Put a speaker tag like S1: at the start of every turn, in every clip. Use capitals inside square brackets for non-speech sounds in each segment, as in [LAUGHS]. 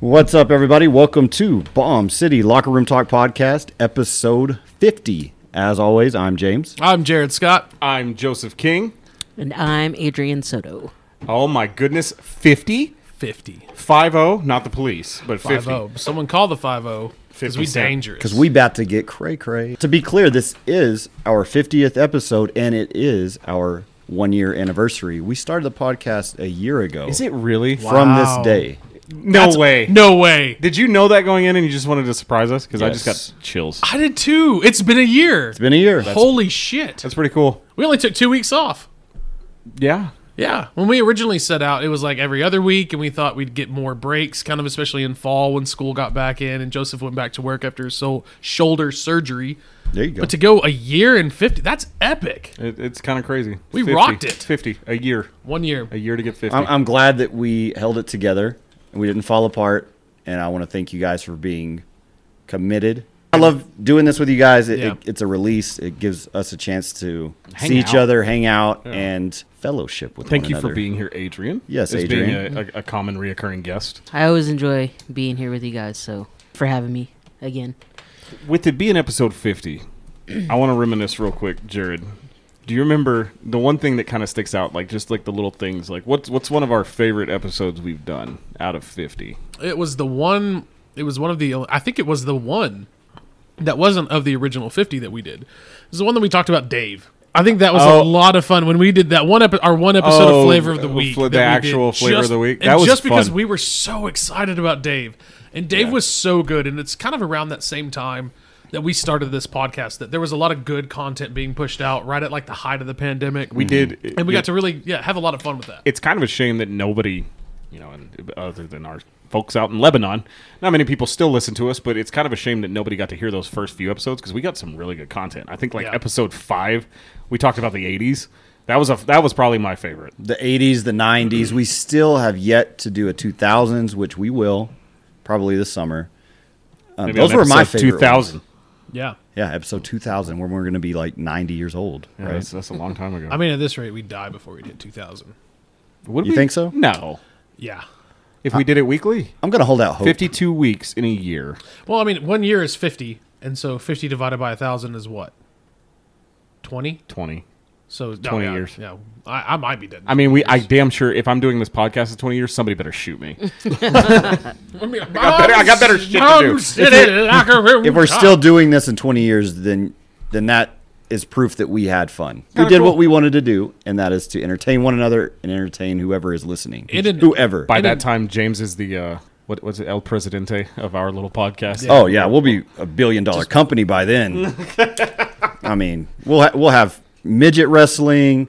S1: What's up, everybody? Welcome to Bomb City Locker Room Talk Podcast, episode 50. As always, I'm James.
S2: I'm Jared Scott.
S3: I'm Joseph King.
S4: And I'm Adrian Soto.
S3: Oh my goodness, 50?
S2: 50.
S3: 5 not the police, but 50.
S2: 5 oh. Someone call the 5 because we
S3: 50 cent.
S2: dangerous.
S1: Because we about to get cray cray. To be clear, this is our 50th episode and it is our one year anniversary. We started the podcast a year ago
S3: Is it really?
S1: from
S2: Wow.
S1: this day.
S3: No way.
S2: No way.
S3: Did you know that going in and you just wanted to surprise us? Because I just
S1: Yes.
S3: got chills.
S2: I did too. It's been a year.
S1: It's been a year.
S2: Holy shit.
S3: That's pretty cool.
S2: We only took two weeks off.
S3: Yeah.
S2: Yeah. When we originally set out, it was like every other week, and we thought we'd get more breaks, kind of especially in fall when school got back in and Joseph went back to work after his so- shoulder surgery.
S1: there you go.
S2: But to go a year and 50, that's epic.
S3: It, it's kind of crazy.
S2: We rocked it.
S3: 50. A year.
S2: One year.
S3: A year to get 50.
S1: I'm, I'm glad that we held it together and we didn't fall apart. And I want to thank you guys for being committed. I love doing this with you guys. It,
S2: Yeah.
S1: it- it's a release. It gives us a chance to
S3: Hang
S1: see each
S3: out.
S1: other, hang out, and fellowship with
S3: Thank
S1: one
S3: you for
S1: another.
S3: being here, Adrian.
S1: Yes,
S3: As
S1: Adrian.
S3: Being a, a, a common reoccurring guest.
S4: I always enjoy being here with you guys, so for having me again.
S3: with it being episode 50 [CLEARS THROAT] i want to reminisce real quick jared do you remember the one thing that kind of sticks out like just like the little things like what's what's one of our favorite episodes we've done out of 50
S2: It was the one. It was one of the. I think it was the one that wasn't of the original fifty that we did. It was the one that we talked about Dave. I think that was a
S3: Oh.
S2: lot of fun when we did that one. Epi- our one episode
S3: Oh,
S2: of Flavor of the
S3: uh,
S2: Week.
S3: fl-
S2: that
S3: the
S2: we did
S3: actual Flavor of
S2: just-
S3: the Week.
S2: and
S3: That was
S2: just because
S3: fun.
S2: we were so excited about Dave, and Dave
S3: Yeah.
S2: was so good, and it's kind of around that same time that we started this podcast that there was a lot of good content being pushed out right at like the height of the pandemic.
S3: we did
S2: Mm-hmm. and we got to really yeah have a lot of fun with that.
S3: it's kind of a shame that nobody you know and other than our folks out in lebanon not many people still listen to us but it's kind of a shame that nobody got to hear those first few episodes because we got some really good content i think like
S2: Yeah.
S3: episode five we talked about the 80s that was a that was probably my favorite
S1: the 80s, the 90s. We still have yet to do a 2000s, which we will probably this summer. Um,
S3: Maybe
S1: those
S3: on
S1: were my
S3: episode
S1: favorite. ones.
S3: 2000
S2: yeah,
S1: Yeah, episode 2000, when we're going to be like 90 years old.
S3: Yeah,
S1: right?
S3: that's, that's a long time ago
S2: I mean at this rate we'd die before we did two thousand.
S3: Would
S1: You think so? Oh.
S3: No.
S2: Yeah.
S3: If we did it weekly,
S1: I'm going to hold out hope.
S3: 52 weeks in a year.
S2: Well, I mean, one year is 50, and so 50 divided by 1,000 is what? 20?
S3: 20.
S2: So no,
S3: 20
S2: yeah,
S3: years.
S2: Yeah. I, I might be dead.
S3: I mean, we. I damn sure if I'm doing this podcast in 20 years, somebody better
S2: [LAUGHS]
S3: shoot me.
S2: I, mean, I
S3: got better- I got better shit to do.
S1: if we're still doing this in 20 years, then then that is proof that we had fun. We
S3: Kinda
S1: did
S3: cool.
S1: what we wanted to do, and that is to entertain one another and entertain whoever is listening.
S2: It didn't-
S1: whoever.
S3: By
S2: And
S3: that
S2: then-
S3: time, James is the uh, what was it, El Presidente of our little podcast.
S1: oh yeah, we'll be a billion dollar company by
S3: [LAUGHS]
S1: then. I mean, we'll ha- we'll have midget wrestling.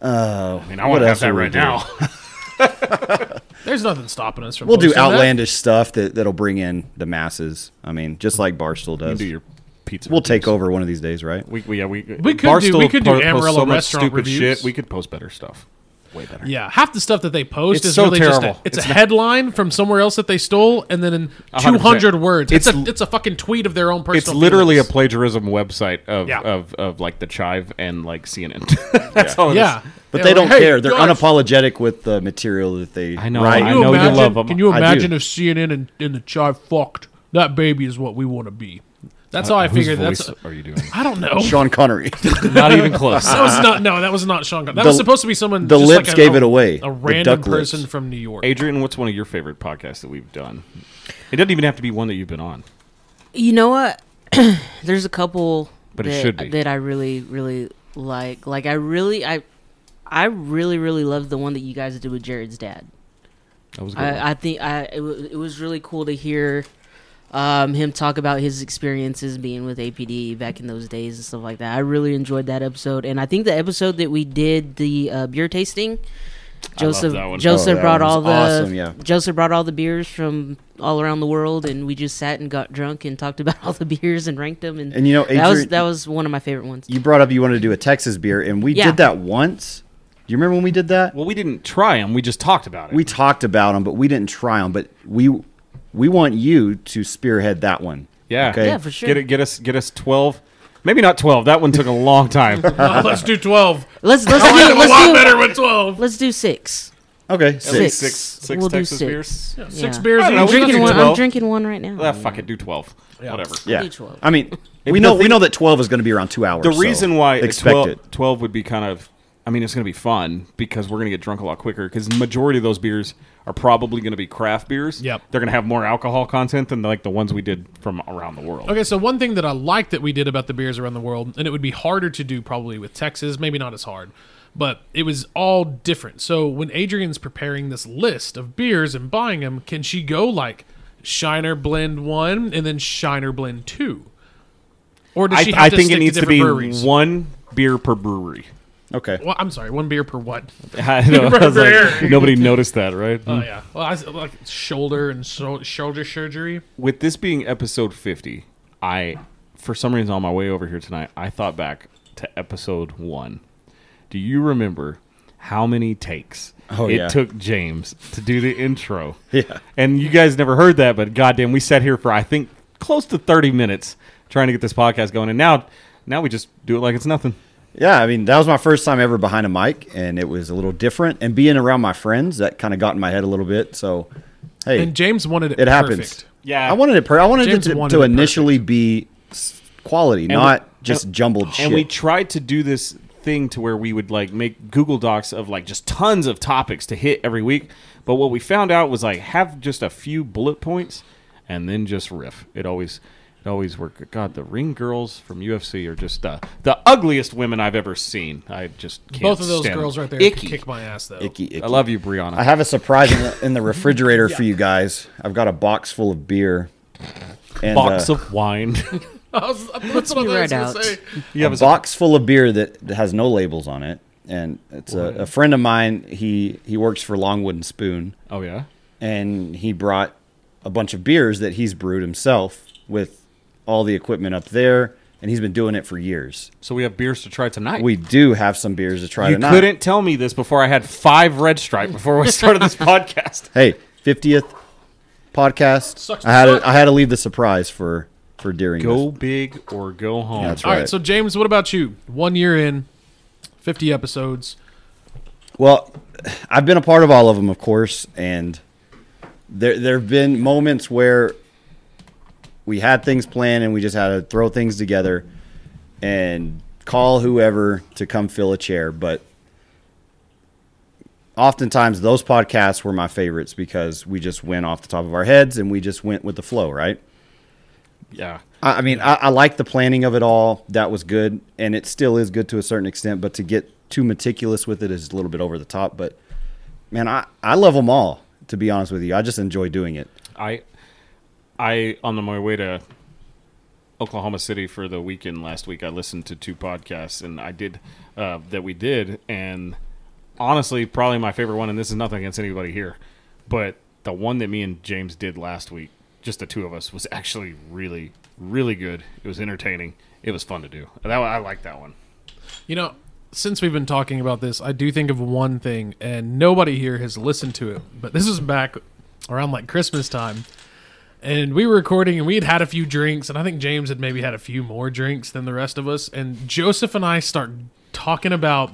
S3: I mean, I want
S1: what
S3: to have
S1: else
S3: that
S1: would we
S3: right
S1: do?
S3: now. [LAUGHS]
S2: There's nothing stopping us from.
S1: We'll do
S2: posting that.
S1: outlandish stuff that that'll bring in the masses. I mean, just like Barstool does.
S3: do your pizza.
S1: we'll take
S3: reviews.
S1: over one of these days, right?
S3: We, we, yeah, we,
S2: We could do- we could do
S3: po- posts
S2: Amarillo
S3: so much
S2: restaurant
S3: stupid
S2: reviews.
S3: shit. We could post better stuff. Way better.
S2: Yeah, half the stuff that they post
S3: It's
S2: is
S3: so
S2: really just
S3: terrible.
S2: a, it's,
S3: It's
S2: a headline from somewhere else that they stole, and then in
S3: hundred
S2: 200
S3: percent.
S2: words, it's,
S3: It's
S2: a
S3: l-
S2: it's a fucking tweet of their own personal.
S3: It's literally a
S2: feelings.
S3: plagiarism website of,
S2: Yeah.
S3: of, of like the Chive and like [LAUGHS] CNN. That's all it is.
S2: yeah,
S1: But
S2: Yeah,
S1: they
S2: like,
S1: don't
S2: hey,
S1: care. They're
S2: guys,
S1: unapologetic with the material that they
S3: I know.
S1: write.
S2: Can
S3: I
S2: you
S3: know you
S2: imagine,
S3: love 'em.
S2: Can you
S1: I do.
S2: imagine if CNN and, and the Chive fucked? That baby is what we want to be. That's how I
S3: Uh, Whose
S2: figured. That's
S3: voice are
S2: [LAUGHS]
S3: you doing?
S2: I don't know.
S1: Sean Connery.
S3: [LAUGHS] Not even [LAUGHS] close.
S2: That was not no. That was not Sean. Connery. That
S1: The-
S2: was supposed to be someone.
S1: the
S2: just like
S1: lips
S2: a-
S1: gave it
S2: a-
S1: away. The
S2: A random
S1: duck lips.
S2: person from New York.
S3: Adrian, what's one of your favorite podcasts that we've done? It doesn't even have to be one that you've been on.
S4: You know what? [CLEARS THROAT] There's a couple
S3: But it
S4: that,
S3: should be.
S4: that I really, really like. Like I really I I really, really love the one that you guys did with Jared's dad.
S3: That was a good. one.
S4: I, I think I it, w- it was really cool to hear um, him talk about his experiences being with APD back in those days and stuff like that. I really enjoyed that episode, and I think the episode that we did the uh, beer tasting. Joseph
S3: that one.
S1: Oh,
S4: Joseph
S1: that
S4: brought
S1: one's
S4: all the
S1: awesome, yeah.
S4: Joseph brought all the beers from all around the world, and we just sat and got drunk and talked about all the [LAUGHS] beers and ranked them. And,
S1: And, you know,
S4: that was
S1: Adrian-
S4: that was one of my favorite ones.
S1: you brought up you wanted to do a Texas beer, and we
S4: Yeah.
S1: did that once. Do you remember when we did that?
S3: well, we didn't try them. We just talked about it.
S1: we talked about them, but we didn't try them. But we we want you to spearhead that one.
S3: yeah,
S1: Okay.
S4: Yeah, for sure.
S3: Get it. Get us. Get us twelve. Maybe not twelve. That one took a long time.
S4: [LAUGHS]
S2: Oh, let's do twelve.
S1: [LAUGHS]
S4: Let's let's
S2: I did
S4: do
S2: a lot
S4: let's do,
S2: better with twelve.
S4: let's do six.
S1: Okay,
S3: At least
S1: six.
S3: six- six
S4: we'll
S3: Texas
S4: do
S3: beers?
S4: six.
S2: Yeah, six
S4: Yeah.
S2: beers.
S3: I don't
S2: and you
S3: know, we
S2: drink
S3: can
S2: it
S3: do
S2: one.
S3: twelve.
S4: I'm drinking one right now.
S3: Ah, fuck it, do twelve.
S2: Yeah.
S3: Whatever.
S1: Yeah,
S4: do 12.
S1: I mean, we
S3: the
S1: know
S3: thing-
S1: we know that twelve is going to be around two hours.
S3: The
S1: so
S3: reason why a
S1: expect
S3: 12,
S1: it.
S3: 12 would be kind of, I mean, it's going to be fun because we're going to get drunk a lot quicker because the majority of those beers are probably going to be craft beers.
S2: Yep.
S3: They're going to have more alcohol content than like the ones we did from around the world.
S2: Okay, so one thing that I like that we did about the beers around the world, and it would be harder to do probably with Texas, maybe not as hard, but it was all different. So when Adrian's preparing this list of beers and buying them, can she go like Shiner Blend 1 and then Shiner Blend 2? Or does
S3: I,
S2: she have
S3: I
S2: to
S3: think
S2: stick
S3: it needs
S2: to,
S3: to,
S2: different
S3: be
S2: breweries?
S3: one beer per brewery. [LAUGHS]
S1: Okay.
S2: Well, I'm sorry, one beer per what? [LAUGHS]
S3: I know, I was like, nobody noticed that, right?
S2: Oh, yeah. Well, I s- like shoulder and so- shoulder surgery.
S3: With this being episode 50, I, for some reason, on my way over here tonight, I thought back to episode one. Do you remember how many takes
S1: Oh,
S3: it
S1: yeah.
S3: took James to do the [LAUGHS] intro?
S1: Yeah.
S3: And you guys never heard that, but goddamn, we sat here for, I think, close to 30 minutes trying to get this podcast going. And now, now we just do it like it's nothing.
S1: Yeah, I mean, that was my first time ever behind a mic, and it was a little different. And being around my friends, that kind of got in my head a little bit. So, hey,
S2: And James wanted it
S1: it
S2: perfect.
S1: happens.
S3: Yeah.
S1: I wanted it. Per- I wanted
S2: James
S1: it to,
S2: wanted
S1: to
S2: it
S1: initially be s- quality,
S3: And
S1: not
S3: we-
S1: just
S3: and-
S1: jumbled shit.
S3: And we tried to do this thing to where we would like make Google Docs of like just tons of topics to hit every week. But what we found out was like have just a few bullet points and then just riff. It always it always worked. God, the ring girls from UFC are just uh, the ugliest women I've ever seen. I just can't
S2: Both of those
S3: stand
S2: girls
S3: them.
S2: right there
S3: Icky.
S2: kick my ass, though.
S1: Icky, icky.
S3: I love you, Brianna.
S1: I have a surprise in the, in the
S3: [LAUGHS]
S1: refrigerator for you guys. I've got a box full of beer. And,
S3: Box
S1: uh,
S3: of wine.
S2: [LAUGHS]
S3: [LAUGHS]
S2: I was, that's what I
S4: me
S2: was
S4: right
S2: going
S4: out.
S2: to say.
S3: you have
S1: a
S3: a
S1: box full of beer that that has no labels on it. And it's a, a friend of mine. He he works for Longwood and Spoon.
S3: Oh yeah.
S1: and he brought a bunch of beers that he's brewed himself with all the equipment up there, and he's been doing it for years.
S3: So we have beers to try tonight.
S1: We do have some beers to try
S3: you
S1: tonight.
S3: couldn't tell me this before I had five red stripe before we started
S2: [LAUGHS]
S3: this podcast.
S1: Hey, fiftieth podcast.
S2: Sucks to
S1: I had
S2: suck.
S1: to, I had to leave the surprise for for Deering.
S3: Go big or go home.
S1: That's
S2: All
S1: right.
S2: right. So James, what about you? One year in, fifty episodes.
S1: Well, I've been a part of all of them, of course, and there there have been moments where we had things planned and we just had to throw things together and call whoever to come fill a chair. But oftentimes, those podcasts were my favorites because we just went off the top of our heads and we just went with the flow, right?
S3: Yeah.
S1: I, I mean, I, I like the planning of it all. That was good, and it still is good to a certain extent. But to get too meticulous with it is a little bit over the top. But man, I, I love them all. To be honest with you, I just enjoy doing it.
S3: I I on my way to Oklahoma City for the weekend last week I listened to two podcasts and I did uh, that we did and honestly probably my favorite one and this is nothing against anybody here but the one that me and James did last week just the two of us was actually really really good it was entertaining it was fun to do that one, I like that one
S2: You know, since we've been talking about this, I do think of one thing, and nobody here has listened to it, but this was back around like Christmas time. And we were recording and we had had a few drinks, and I think James had maybe had a few more drinks than the rest of us. And Joseph and I start talking about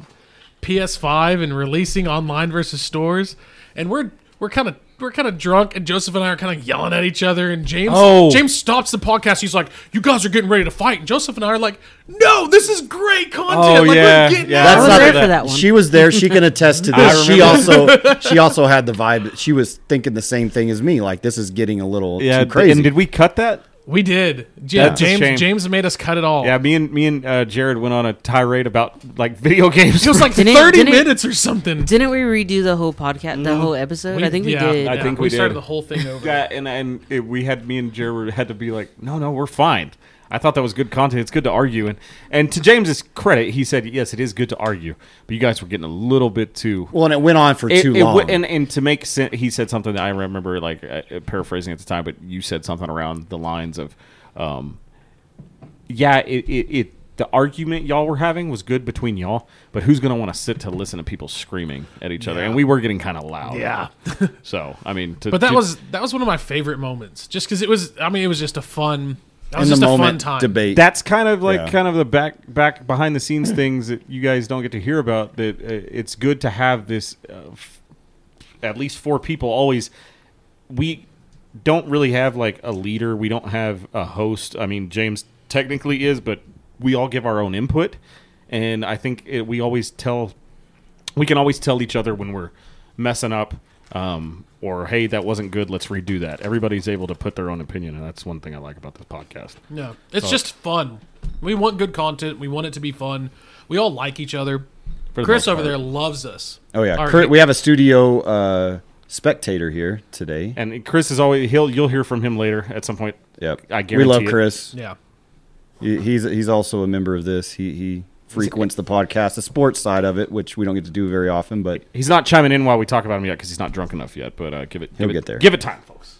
S2: PS5 and releasing online versus stores, and we're we're kind of we're kind of drunk, and Joseph and I are kind of yelling at each other. And James
S3: Oh.
S2: James stops the podcast. He's like, "You guys are getting ready to fight," and Joseph and I are like, "No, this is great content.
S3: Oh,
S2: like,
S3: yeah,
S2: we're getting
S3: yeah.
S2: out
S4: I
S1: That's
S4: was
S1: not
S4: there
S3: that-
S4: for that one.
S1: She was there. She can attest to
S3: [LAUGHS] I
S1: this. She also
S3: remember.
S1: she also had the vibe. that She was thinking the same thing as me. Like this is getting a little too crazy.
S3: and did we cut that
S2: We did. Yeah,
S3: That's a shame.
S2: James James made us cut it all.
S3: yeah me and me and uh, Jared went on a tirade about like video [LAUGHS] games
S2: It was like
S4: Didn't it-
S2: 30
S4: didn't it-
S2: minutes or something.
S4: Didn't we redo the whole podcast, the whole episode? I think we
S2: yeah,
S4: did.
S3: I
S2: yeah,
S3: think
S2: we,
S3: we
S2: started
S3: did.
S2: the whole thing
S3: [LAUGHS]
S2: over.
S3: Yeah, and and it, we had me and Jared had to be like, no, no, we're fine. I thought that was good content. It's good to argue, and and to James's credit, he said, yes, it is good to argue, but you guys were getting a little bit too.
S1: well, and it went on for
S3: It-
S1: too
S3: it
S1: long.
S3: w- and and to make sense, he said something that I remember, like uh, paraphrasing at the time, but you said something around the lines of, um, yeah, it, it it the argument y'all were having was good between y'all, but who's gonna want to sit to listen to people screaming at each other? And we were getting kind of loud.
S2: Yeah.
S3: so I mean, to,
S2: But that
S3: to-
S2: was that was one of my favorite moments, just because it was. I mean, it was just a fun. That was
S1: in the
S2: just a fun
S1: moment
S2: time.
S1: debate.
S3: That's kind of like
S1: Yeah.
S3: kind of the back back behind the scenes things that you guys don't get to hear about. That uh, it's good to have this uh, f- at least four people always we don't really have like a leader. We don't have a host. I mean, James technically is, but we all give our own input, and I think it, we always tell we can always tell each other when we're messing up um, or hey that wasn't good let's redo that everybody's able to put their own opinion and that's one thing i like about this podcast
S2: No, it's just fun. We want good content. We want it to be fun. We all like each other.
S3: For the
S2: Chris
S3: most
S2: over
S3: part.
S2: there loves us.
S1: Oh yeah,
S2: Or
S1: Kurt,
S2: he-
S1: we have a studio uh, spectator here today.
S3: and chris is always he'll you'll hear from him later at some point
S1: Yep,
S3: I
S1: we love
S3: guarantee it.
S1: Chris.
S2: yeah.
S1: He, he's he's also a member of this. He he frequents the podcast, the sports side of it, which we don't get to do very often. But
S3: he's not chiming in while we talk about him yet because he's not drunk enough yet but uh, give it
S1: He'll
S3: give it,
S1: get there.
S3: give it time folks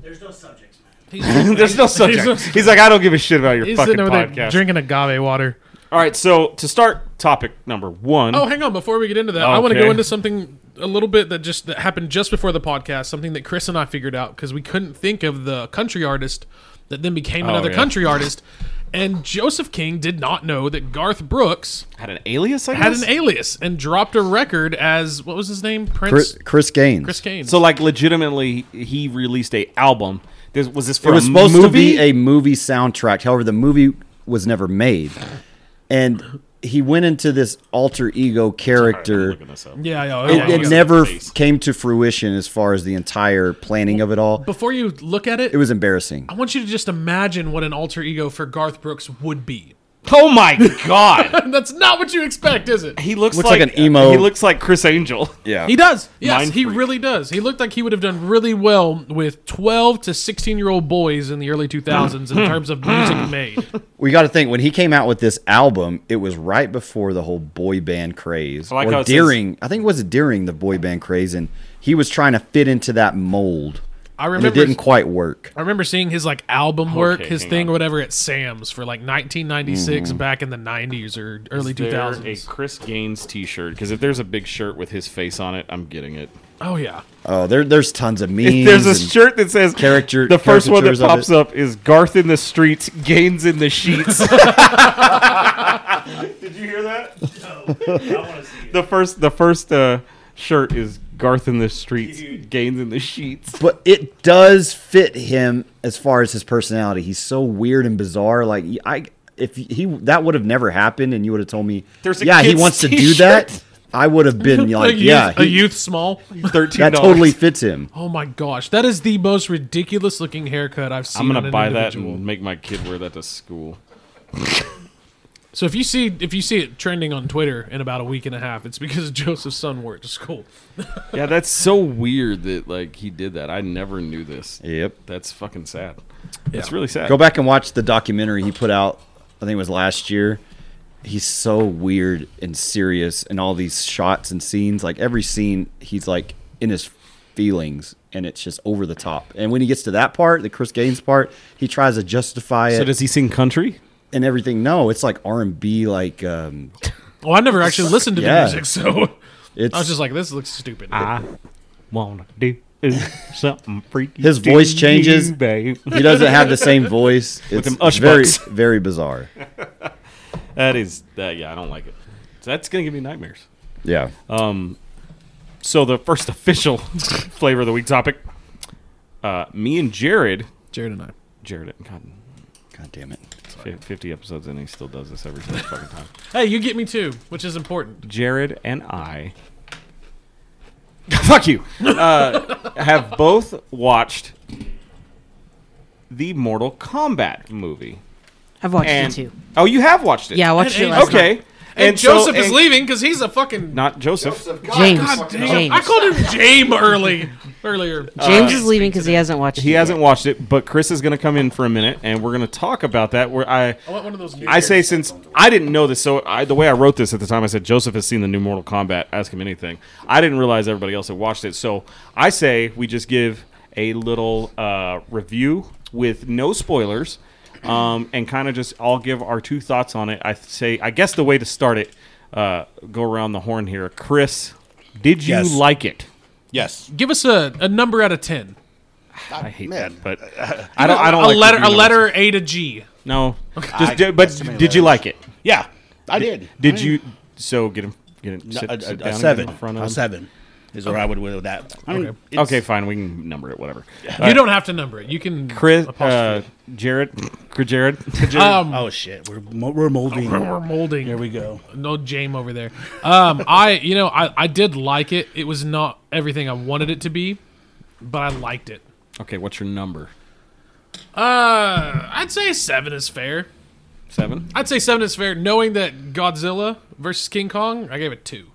S5: There's no subjects, man.
S2: He's,
S3: [LAUGHS] there's no subject he's,
S2: He's,
S3: like i don't give a shit about your
S2: he's
S3: fucking
S2: sitting over there
S3: podcast
S2: drinking agave water.
S3: all right so to start topic number one
S2: Oh, hang on. Before we get into that, I want to
S3: Okay.
S2: go into something a little bit that just that happened just before the podcast. Something that Chris and I figured out because we couldn't think of the country artist that then became another
S3: Oh, yeah.
S2: country artist. And Joseph King did not know that Garth Brooks
S3: had an alias i
S2: had
S3: guess
S2: an alias and dropped a record as what was his name? Prince
S1: Chris, Chris Gaines.
S2: Chris Kane.
S3: so like legitimately he released a album this, was this for
S1: it was
S3: a
S1: supposed
S3: movie?
S1: to be a movie soundtrack. However, the movie was never made, and he went into this alter ego character.
S2: yeah, yeah.
S1: it,
S2: yeah,
S1: it
S2: yeah.
S1: never
S3: Face.
S1: came to fruition as far as the entire planning of it all.
S2: Before you look at it,
S1: It was embarrassing.
S2: I want you to just imagine what an alter ego for Garth Brooks would be. [LAUGHS]
S3: Oh my god.
S2: That's not what you expect, is it?
S3: He looks,
S1: Looks like an emo-
S3: He looks like Chris Angel.
S1: Yeah,
S2: He does. Yes,
S3: Mind
S2: he
S3: freak.
S2: really does. He looked like he would have done really well with 12 to 16 year old boys in the early
S1: [LAUGHS]
S2: 2000s in terms of music made.
S1: we got to think when he came out with this album, it was right before the whole boy band craze,
S3: I like how
S1: or
S3: it says-
S1: during. I think it was during the boy band craze, and he was trying to fit into that mold.
S2: I
S1: and
S2: remember-
S1: it didn't quite work.
S2: I remember seeing his like album work,
S3: Okay,
S2: his
S3: hang
S2: thing
S3: on.
S2: or whatever at Sam's for like 1996
S1: Mm-hmm.
S2: back in the 90s or early
S3: Is there
S2: 2000s.
S3: A Chris Gaines T-shirt because if there's a big shirt with his face on it, I'm getting it.
S2: Oh yeah.
S1: Oh, there, there's tons of memes.
S3: [LAUGHS] If [LAUGHS] there's a
S1: and-
S3: shirt that says
S1: Character-
S3: the first one that
S1: caricatures of
S3: pops
S1: it.
S3: up is Garth in the streets, Gaines in the [LAUGHS] sheets. Did you hear [LAUGHS] that?
S5: I want to see it.
S3: The first, the first uh, shirt is Garth in the streets, Gaines in the sheets.
S1: but it does fit him as far as his personality. He's so weird and bizarre. Like I, if he that would have never happened, and you would have told me,
S3: There's a
S1: yeah, he
S3: kid's
S1: wants to do
S3: t-shirt.
S1: that. I would
S3: [LAUGHS]
S1: have been
S2: a
S1: like,
S2: youth,
S1: yeah,
S2: a
S1: he-
S2: youth small.
S3: Thirteen.
S1: that totally fits him.
S2: Oh my gosh, that is the most ridiculous looking haircut I've seen.
S3: I'm
S2: on
S3: gonna
S2: an
S3: buy that
S2: individual.
S3: and make my kid wear that to school.
S2: So if you see if you see it trending on Twitter in about a week and a half, it's because [LAUGHS] Joseph's son wore it to school.
S3: Yeah, that's so weird that like he did that. I never knew this.
S1: Yep.
S3: That's fucking sad. That's really sad.
S1: Go back and watch the documentary he put out. I think it was last year. He's so weird and serious, and all these shots and scenes. Like every scene, he's like in his feelings, and it's just over the top. And when he gets to that part, the Chris Gaines part, he tries to justify it.
S3: So does he sing country?
S1: and everything. No, it's like R and B. Like um,
S2: Well, I never actually listened to
S1: Yeah.
S2: the music, so [LAUGHS]
S1: it's
S2: I was just like, this looks stupid.
S3: Ah. wanna do something freaky.
S1: His to voice you, changes.
S3: babe.
S1: he doesn't have the same voice. It's
S3: them Ush
S1: very
S3: bucks.
S1: very bizarre.
S3: That is that. Yeah, I don't like it. So that's gonna give me nightmares.
S1: Yeah,
S3: So the first [LAUGHS] official flavor of the week topic. Uh, me and Jared,
S2: Jared and I.
S3: Jared, God,
S1: god damn it.
S3: fif- fifty episodes in, he still does this every single fucking time.
S2: Hey, you get me too, which is important.
S3: Jared and I. [LAUGHS] Fuck you. Uh, have both watched the Mortal Kombat movie.
S4: I've watched
S3: And-
S4: it too.
S3: Oh, you have watched it.
S4: Yeah, I watched
S2: And-
S4: it
S2: and-
S4: last
S3: okay.
S4: night.
S2: And,
S3: so-
S2: Joseph is
S3: and-
S2: leaving because he's a fucking.
S3: Not Joseph.
S4: James.
S2: Damn,
S4: James.
S2: I called him James early earlier.
S3: Uh,
S4: James is leaving because he hasn't watched
S3: He
S4: it.
S3: hasn't watched it, but Chris is going to come in for a minute, and we're going to talk about that. Where I,
S2: I want one of those. New
S3: I say since I didn't know this, so I, the way I wrote this at the time, I said Joseph has seen the new Mortal Kombat. Ask him anything. I didn't realize everybody else had watched it, so I say we just give a little uh, review with no spoilers, um, and kind of just all give our two thoughts on it. I say I guess the way to start it, uh, go around the horn here. Chris, did you
S6: Yes.
S3: like it?
S6: Yes.
S2: Give us a, a number out of ten.
S3: I hate
S6: Man.
S3: that,
S6: [LAUGHS]
S3: but I don't. I don't
S2: a
S3: like
S2: letter. A
S3: reviewing
S2: letter A to G.
S3: No, just
S6: I-
S3: do- but
S6: that's too many
S3: did you
S6: letters.
S3: like it?
S6: Yeah, I did.
S3: Did you? So get him. Get him.
S6: No,
S3: Sit,
S6: a,
S3: sit
S6: a- a
S3: down again
S6: seven?
S3: in front of
S6: a
S3: him.
S6: seven. is where I would go with that. I don't,
S2: Okay.
S6: it's-
S3: Okay, fine. We can number it. Whatever.
S2: You don't have to number it. You can
S3: Chris, uh,
S2: apostrophe
S3: Jared, Chris
S6: [LAUGHS]
S3: Jared.
S2: it. um,
S6: Oh shit, we're mo-
S3: [LAUGHS]
S6: we're molding.
S2: we're molding.
S6: Here we go.
S2: no Jame over there. Um, [LAUGHS] I you know I, I did like it. It was not everything I wanted it to be, but I liked it.
S3: okay, what's your number?
S2: Uh, I'd say seven is fair.
S3: Seven.
S2: I'd say seven is fair, knowing that Godzilla versus King Kong, I gave it two.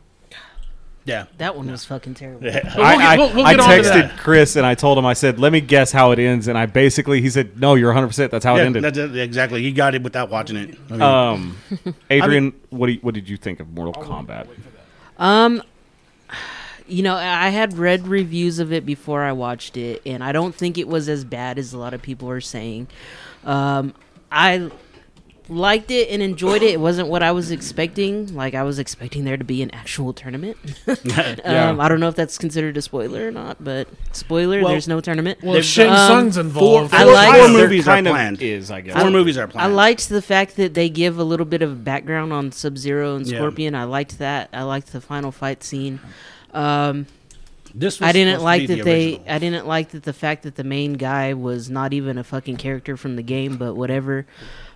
S6: Yeah,
S4: That one was fucking terrible.
S2: But we'll
S3: I,
S2: get- we'll- we'll
S3: I
S2: get onto
S3: texted
S2: that.
S3: Chris and I told him I said, "Let me guess how it ends." And I basically he said, "No, you're 100. percent That's how it
S6: yeah
S3: ended."
S6: that's it, exactly. He got it without watching it. I mean,
S3: Um, Adrian, what do you, what did you think of Mortal Kombat?
S4: Um, you know, I I had read reviews of it before I watched it, and I don't think it was as bad as a lot of people are saying. Um, I liked it and enjoyed it. It wasn't what I was expecting. Like I was expecting there to be an actual tournament. um, I don't know if that's considered a spoiler or not, but spoiler,
S6: Well-
S4: there's no tournament.
S2: Well, Shang Tsung's involved.
S4: I like-
S6: four
S4: There
S6: movies are
S3: kind of
S6: planned.
S3: is, I guess.
S6: Four
S4: I-
S6: movies are
S4: I
S6: planned.
S4: liked the fact that they give a little bit of background on Sub Zero and
S6: Yeah.
S4: Scorpion. I liked that. I liked the final fight scene. Um,
S6: this.
S4: I didn't
S6: supposed to
S4: like
S6: be
S4: that
S6: the
S4: they. uh,
S6: original.
S4: I didn't like that the fact that the main guy was not even a fucking character from the game, but whatever.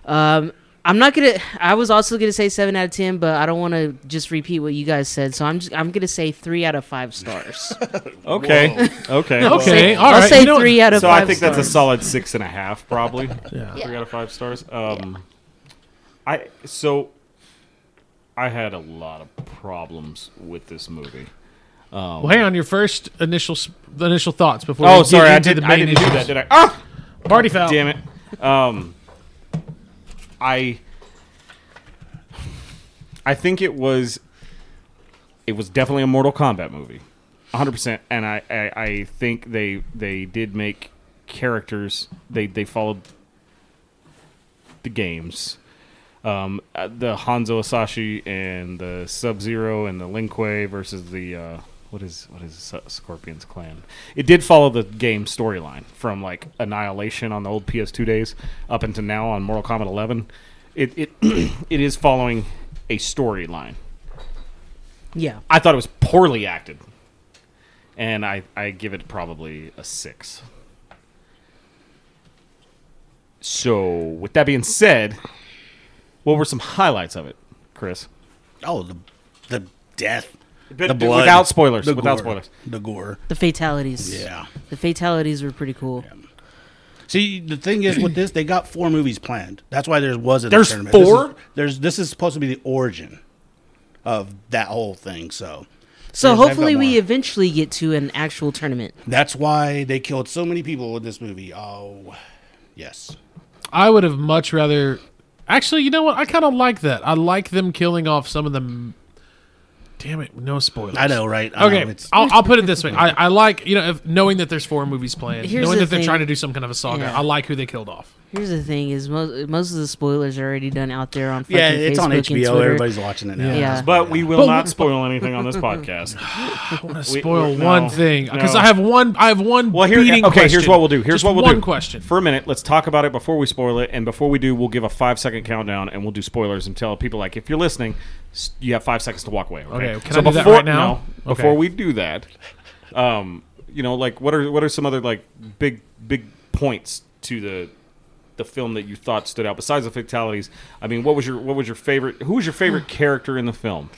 S4: Um, I'm not gonna. I was also gonna say seven out of ten, but I don't want to just repeat what you guys said. So I'm just. I'm gonna say three out of five stars.
S3: Okay, okay,
S2: [LAUGHS] Okay, all
S4: I'll
S2: right.
S4: say
S2: you know what?
S4: three out of
S3: So
S4: five.
S3: I think
S4: stars.
S3: that's a solid six and a half, probably.
S2: [LAUGHS] Yeah.
S3: Three out of five stars. Um, I so I had a lot of problems with this movie.
S2: Well, hang on. Your first initial s- the initial thoughts before.
S3: Oh,
S2: we
S3: sorry,
S2: get
S3: I
S2: into
S3: didn't.
S2: the
S3: I
S2: main
S3: didn't do
S2: issues. Oh,
S3: that, did I? Ah,
S2: Party foul.
S3: damn it. Um, I I think it was it was definitely a Mortal Kombat movie, 100. percent And I, I I think they they did make characters. They they followed the games. Um, uh, the Hanzo Asashi and the Sub Zero and the Lin Kuei versus the uh, what is what is Su- Scorpion's clan? It did follow the game storyline from like Annihilation on the old PS2 days up until now on Mortal Kombat 11. It [CLEARS THROAT] it it is following a storyline.
S4: Yeah.
S3: I thought it was poorly acted, and I I give it probably a six. So with that being said, what were some highlights of it, Chris?
S6: Oh, the the death,
S3: But-
S6: the
S3: but
S6: blood,
S3: without spoilers,
S6: the
S3: without
S6: gore,
S3: spoilers.
S6: the gore.
S4: The fatalities.
S6: Yeah.
S4: The fatalities were pretty cool.
S6: See, the thing is with this, they got four movies planned. That's why there wasn't.
S3: There's
S6: a tournament. This is-
S3: four?
S6: there's this is supposed to be the origin of that whole thing. So,
S4: So
S6: there's- they've
S4: hopefully
S6: got
S4: we
S6: more.
S4: eventually get to an actual tournament.
S6: That's why they killed so many people in this movie. Oh, yes.
S2: I would have much rather. Actually, you know what? I kind of like that. I like them killing off some of them. Damn it! No spoilers.
S6: I know, right? I know,
S2: Okay,
S6: it's-
S2: I'll, I'll put it this way. I, I like you know if, knowing that there's four movies planned,
S4: Here's
S2: knowing
S4: the
S2: that they're
S4: thing.
S2: trying to do some kind of a saga.
S4: Yeah.
S2: I like who they killed off.
S4: Here's the thing: is most most of the spoilers are already done out there on fucking
S6: yeah, it's
S4: Facebook
S6: on
S4: and
S6: HBO.
S4: Twitter.
S6: Everybody's watching it now.
S4: Yeah.
S3: But we will
S2: But
S3: not
S2: we-
S3: spoil anything on this podcast.
S2: I want to
S3: We-
S2: spoil
S3: no,
S2: one thing because
S3: no.
S2: I have one. I have one.
S3: Well, here, okay.
S2: beating
S3: Here's
S2: question.
S3: what we'll do. Here's
S2: Just
S3: what we'll
S2: one
S3: do.
S2: question.
S3: for a minute. Let's talk about it before we spoil it, and before we do, we'll give a five second countdown, and we'll do spoilers and tell people like if you're listening, s- you have five seconds to walk away. Okay,
S2: Okay, can I do that right now?
S3: no, before
S2: Okay.
S3: we do that, um, you know, like what are what are some other like big big points to the the film that you thought stood out besides the fatalities? I mean, what was your what was your favorite? Who was
S2: [SIGHS]
S3: your favorite character in the film?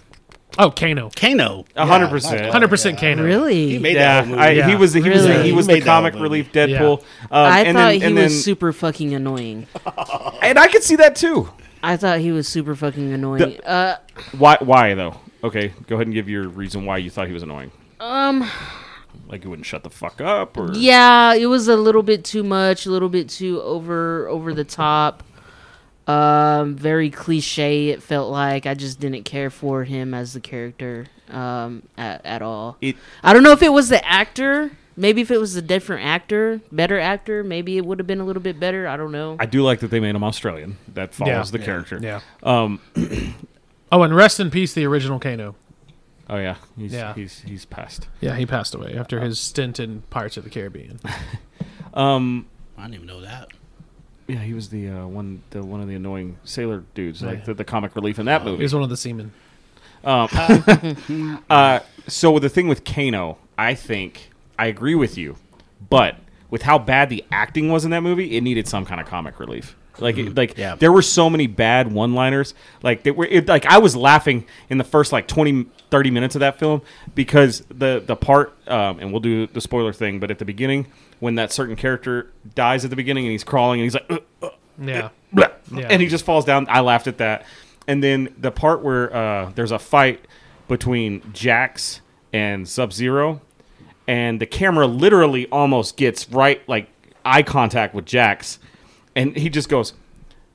S2: Oh, Kano.
S6: Kano.
S3: A hundred percent.
S2: Hundred percent Kano.
S4: Really?
S6: He made that
S3: Yeah,
S6: whole
S3: I,
S6: movie.
S3: he was the, he was the,
S4: Really?
S3: he was
S6: He
S3: the
S6: made that
S3: comic
S6: whole movie.
S3: relief Deadpool. Um,
S4: I
S3: and
S4: thought
S3: then,
S4: he
S3: and
S4: was
S3: then,
S4: super fucking annoying.
S3: and I could see that too.
S4: I thought he was super fucking annoying. uh,
S3: Why? Why though? Okay, go ahead and give your reason why you thought he was annoying. Um, like you wouldn't shut the fuck up, or
S4: yeah, it was a little bit too much, a little bit too over over the top. Um, very cliche. It felt like I just didn't care for him as the character um, at, at all.
S3: It-
S4: I don't know if it was the actor. Maybe if it was a different actor, better actor, maybe it would have been a little bit better. I don't know.
S3: I do like that they made him Australian. That follows
S2: Yeah.
S3: the character.
S2: Yeah.
S3: Um. [CLEARS THROAT]
S2: Oh, and rest in peace, the original Kano.
S3: Oh yeah. He's,
S2: Yeah.
S3: He's he's passed.
S2: Yeah, he passed away after his stint in Pirates of the Caribbean.
S3: Um.
S6: I didn't even know that.
S3: Yeah, he was the uh, one the one of the annoying sailor dudes, like the, the comic relief in that
S2: He
S3: movie.
S2: was one of the seamen.
S3: Uh, so the thing with Kano, I think I agree with you, but with how bad the acting was in that movie, it needed some kind of comic relief. Like, it, like
S6: Yeah.
S3: there were so many bad one-liners. Like, that were it, like I was laughing in the first like 20, 30 minutes of that film because the the part, um, and we'll do the spoiler thing, but at the beginning when that certain character dies at the beginning and he's crawling and he's like, "Ugh, ugh,
S2: Yeah.
S3: blah,
S2: Yeah.
S3: and he just falls down. I laughed at that. And then the part where uh, there's a fight between Jax and Sub Zero, and the camera literally almost gets right like eye contact with Jax, and he just goes.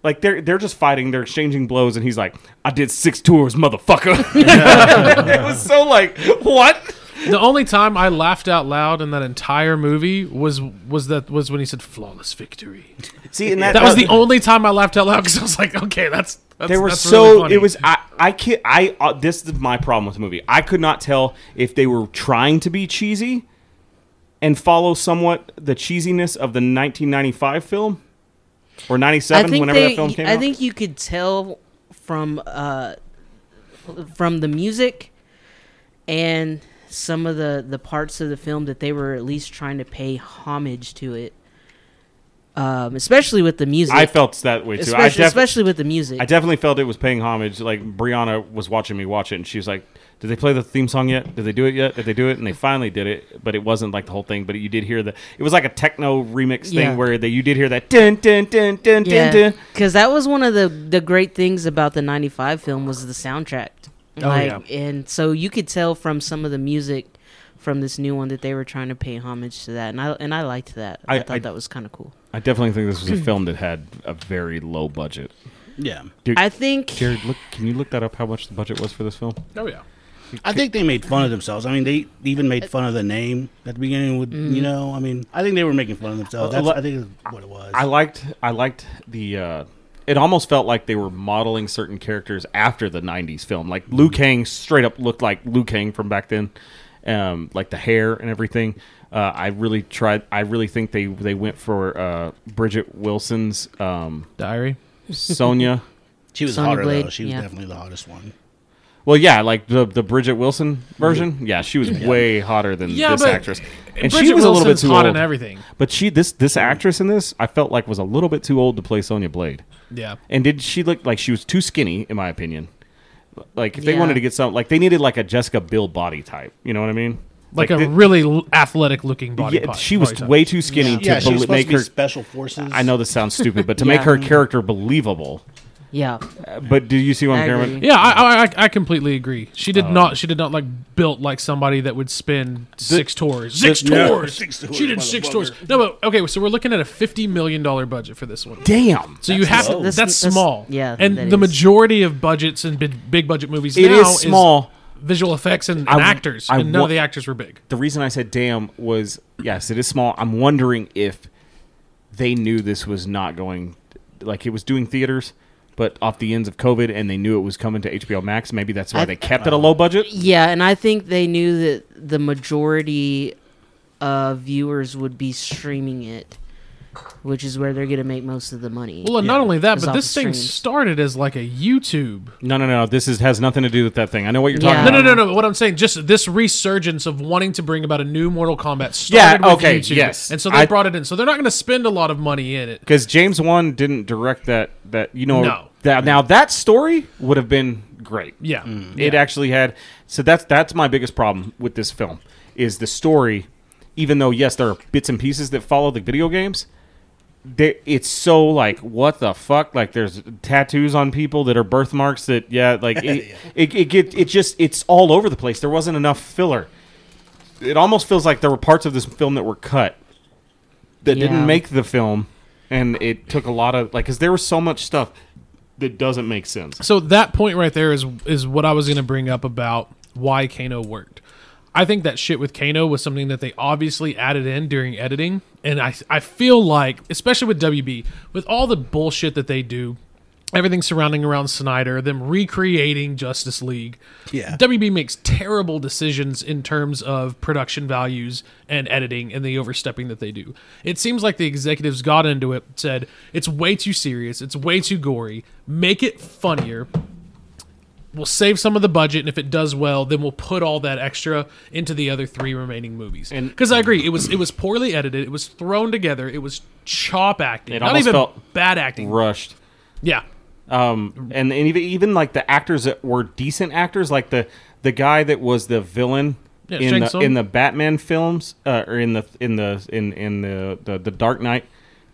S3: Like they're they're just fighting, they're exchanging blows, and he's like, "I did six tours, motherfucker." [LAUGHS] it was so like, what?
S2: The only time I laughed out loud in that entire movie was was that was when he said flawless victory.
S3: See, and
S2: That was
S3: [LAUGHS]
S2: the only time I laughed out loud because I was like, okay, that's, that's
S3: they were
S2: that's
S3: so
S2: really funny.
S3: it was i i can i uh, this is my problem with the movie i could not tell if they were trying to be cheesy and follow somewhat the cheesiness of the 1995 film or 97 whenever that film came
S4: I
S3: out
S4: think you could tell from uh, from the music and some of the the parts of the film that they were at least trying to pay homage to it. Um, especially with the music.
S3: i felt that way too
S4: especially,
S3: I, def-
S4: especially with the music.
S3: I definitely felt it was paying homage like brianna was watching me watch it and she was like did they play the theme song yet did they do it yet did they do it and they finally did it but it wasn't like the whole thing but you did hear the it was like a techno remix thing
S4: Yeah.
S3: where they, you did hear that dun dun dun dun dun
S4: yeah,
S3: dun
S4: because that was one of the the great things about the '95 film was the soundtrack.
S2: Oh,
S4: Like,
S2: yeah.
S4: and so you could tell from some of the music from this new one that they were trying to pay homage to that, and I and I liked that. I,
S3: I-
S4: thought
S3: I-
S4: that was kind of cool.
S3: I definitely think this was
S2: Hmm.
S3: a film that had a very low budget.
S6: Yeah,
S4: I think
S3: Jared, look, can you look that up? How much the budget was for this film?
S2: Oh yeah.
S6: I think they made fun of themselves. I mean, they even made fun of the name at the beginning. With you know, I mean, I think they were making fun of themselves. That's,
S3: Well,
S6: I think is what it was.
S3: I liked, I liked the. Uh, it almost felt like they were modeling certain characters after the '90s film. Like Liu Kang, straight up looked like Liu Kang from back then, um, like the hair and everything. Uh, I really tried. I really think they they went for uh, Bridget Wilson's
S2: [LAUGHS]
S3: um,
S2: Diary.
S3: Sonya.
S6: she was
S4: Sonya
S6: hotter though.
S4: Blade,
S6: She was
S4: yeah.
S6: definitely the hottest one.
S3: Well, yeah, like the the Bridget Wilson version. Yeah, she was way hotter than
S2: Yeah,
S3: this
S2: but
S3: actress,
S2: Bridget
S3: and she was a little bit
S2: Wilson's
S3: too
S2: hot
S3: old.
S2: and everything.
S3: But she this this actress in this I felt like was a little bit too old to play Sonya Blade.
S2: Yeah.
S3: And did she look like she was too skinny in my opinion? Like if they
S4: Yeah.
S3: wanted to get some like they needed like a Jessica Biel body type, you know what I mean?
S2: Like, a
S3: thi-
S2: really l- athletic looking body.
S3: yeah,
S2: part-
S3: she was
S2: body type.
S3: way too skinny
S6: Yeah,
S3: to
S6: she was
S3: bel-
S6: supposed
S3: make
S6: to be
S3: her
S6: special forces.
S3: I know this sounds stupid, but to
S4: Yeah.
S3: make her character believable.
S4: yeah,
S3: Uh, But do you see what
S4: I
S3: I'm
S4: agree.
S3: going?
S2: Yeah, I, I I- I completely agree. She
S3: Oh.
S2: did not she did not like built like somebody that would spin six tours. Six
S3: Yeah, [LAUGHS]
S2: tours.
S6: six tours,
S2: She did six
S6: motherfucker.
S2: tours. No, but okay, so we're looking at a fifty million dollar budget for this one.
S3: Damn.
S2: So you have to,
S4: That's-
S2: that's,
S4: that's-
S2: small.
S4: yeah,
S2: and
S4: that
S2: the
S4: is.
S2: majority of budgets and big, big budget movies
S3: It
S2: now
S3: is small.
S2: visual effects and, and
S3: I w-
S2: actors,
S3: I
S2: and none
S3: wa-
S2: of the actors were big.
S3: the reason I said damn was yes, it is small. I'm wondering if they knew this was not going like it was doing theaters, but off the ends of COVID and they knew it was coming to HBO Max, maybe that's why
S4: I-
S3: they kept it a low budget.
S4: yeah, and I think they knew that the majority of viewers would be streaming it, which is where they're gonna make most of the money.
S2: Well, and not only that,
S4: It's
S2: but
S4: off
S2: this
S4: the
S2: thing
S4: streams.
S2: started as like a YouTube.
S3: No, no, no. This is has nothing to do with that thing. I know what you're
S4: Yeah.
S3: talking
S2: No,
S3: about.
S2: no, no, no. but What I'm saying, just this resurgence of wanting to bring about a new Mortal Kombat
S3: Yeah,
S2: started with
S3: okay,
S2: YouTube,
S3: yes.
S2: and so they
S3: I-
S2: brought it in. So they're not going to spend a lot of money in it.
S3: Because James Wan didn't direct that. That you know.
S2: No.
S3: That now that story would have been great.
S2: Yeah,
S3: Mm, It actually had. So that's that's my biggest problem with this film is the story. Even though yes, there are bits and pieces that follow the video games. They, it's so like what the fuck like there's tattoos on people that are birthmarks that yeah like it, it, it get it just it's all over the place there wasn't enough filler it almost feels like there were parts of this film that were cut that
S4: Yeah.
S3: didn't make the film and it took a lot of like because there was so much stuff that doesn't make sense
S2: So that point right there is is what I was going to bring up about why Kano worked. I think that shit with Kano was something that they obviously added in during editing, and I I feel like especially with WB with all the bullshit that they do, everything surrounding around Snyder, them recreating Justice League.
S6: Yeah.
S2: WB makes terrible decisions in terms of production values and editing and the overstepping that they do. It seems like the executives got into it, said, it's way too serious, it's way too gory, make it funnier. we'll save some of the budget, and if it does well, then we'll put all that extra into the other three remaining movies.
S3: And-
S2: Because I agree, it was it was poorly edited, it was thrown together, it was chop acting,
S3: It
S2: not
S3: almost
S2: even
S3: felt
S2: bad acting.
S3: rushed.
S2: Yeah,
S3: Um, and, and even even like the actors that were decent actors, like the the guy that was the villain
S2: Yeah,
S3: in
S2: Shang
S3: the
S2: Tsung.
S3: in the Batman films, uh, or in the in the in in the the, the Dark Knight,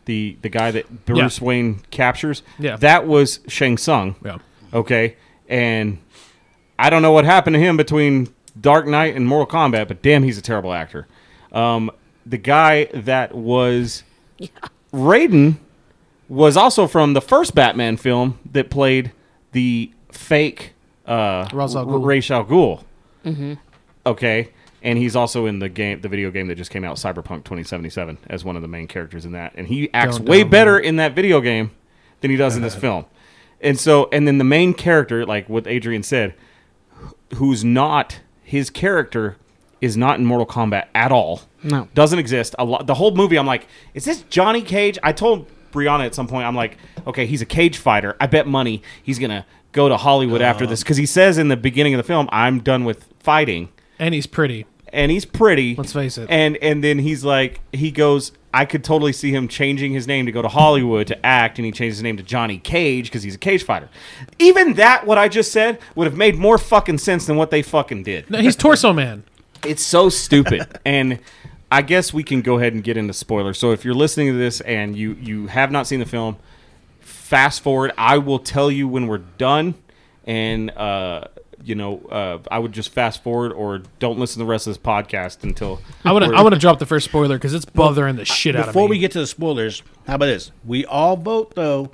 S3: the the guy that Bruce Wayne captures.
S2: Yeah.
S3: that was Shang Tsung.
S2: yeah,
S3: Okay, and I don't know what happened to him between Dark Knight and Mortal Kombat, but damn, he's a terrible actor. Um, the guy that was Raiden was also from the first Batman film that played the fake uh,
S2: Ra's al Ghul.
S3: Ra's al Ghul. Okay, and he's also in the game, the video game that just came out, Cyberpunk 2077, as one of the main characters in that, and he acts
S2: Don't
S3: way
S2: download
S3: better in that video game than he does in this film. And so, and then the main character, like what Adrian said, who's not his character is not in Mortal Kombat at all.
S4: No.
S3: doesn't exist. A lot. The whole movie, I'm like, is this Johnny Cage? I told Brianna at some point, I'm like, okay, he's a cage fighter. I bet money he's gonna go to Hollywood after this because he says in the beginning of the film, I'm done with fighting,
S2: and he's pretty.
S3: and he's pretty.
S2: Let's face it.
S3: And and then he's like, he goes. I could totally see him changing his name to go to Hollywood to act, and he changed his name to Johnny Cage because he's a cage fighter. Even that, what I just said, would have made more fucking sense than what they fucking did.
S2: No, he's torso man.
S3: It's so stupid. and I guess we can go ahead and get into spoilers. So if you're listening to this and you you have not seen the film, fast forward. I will tell you when we're done, and uh, you know, uh, I would just fast forward or don't listen to the rest of this podcast until
S2: I want to
S3: we're-
S2: I want to drop the first spoiler because it's bothering the shit out of me.
S6: Before we get to the spoilers, how about this? We all vote though.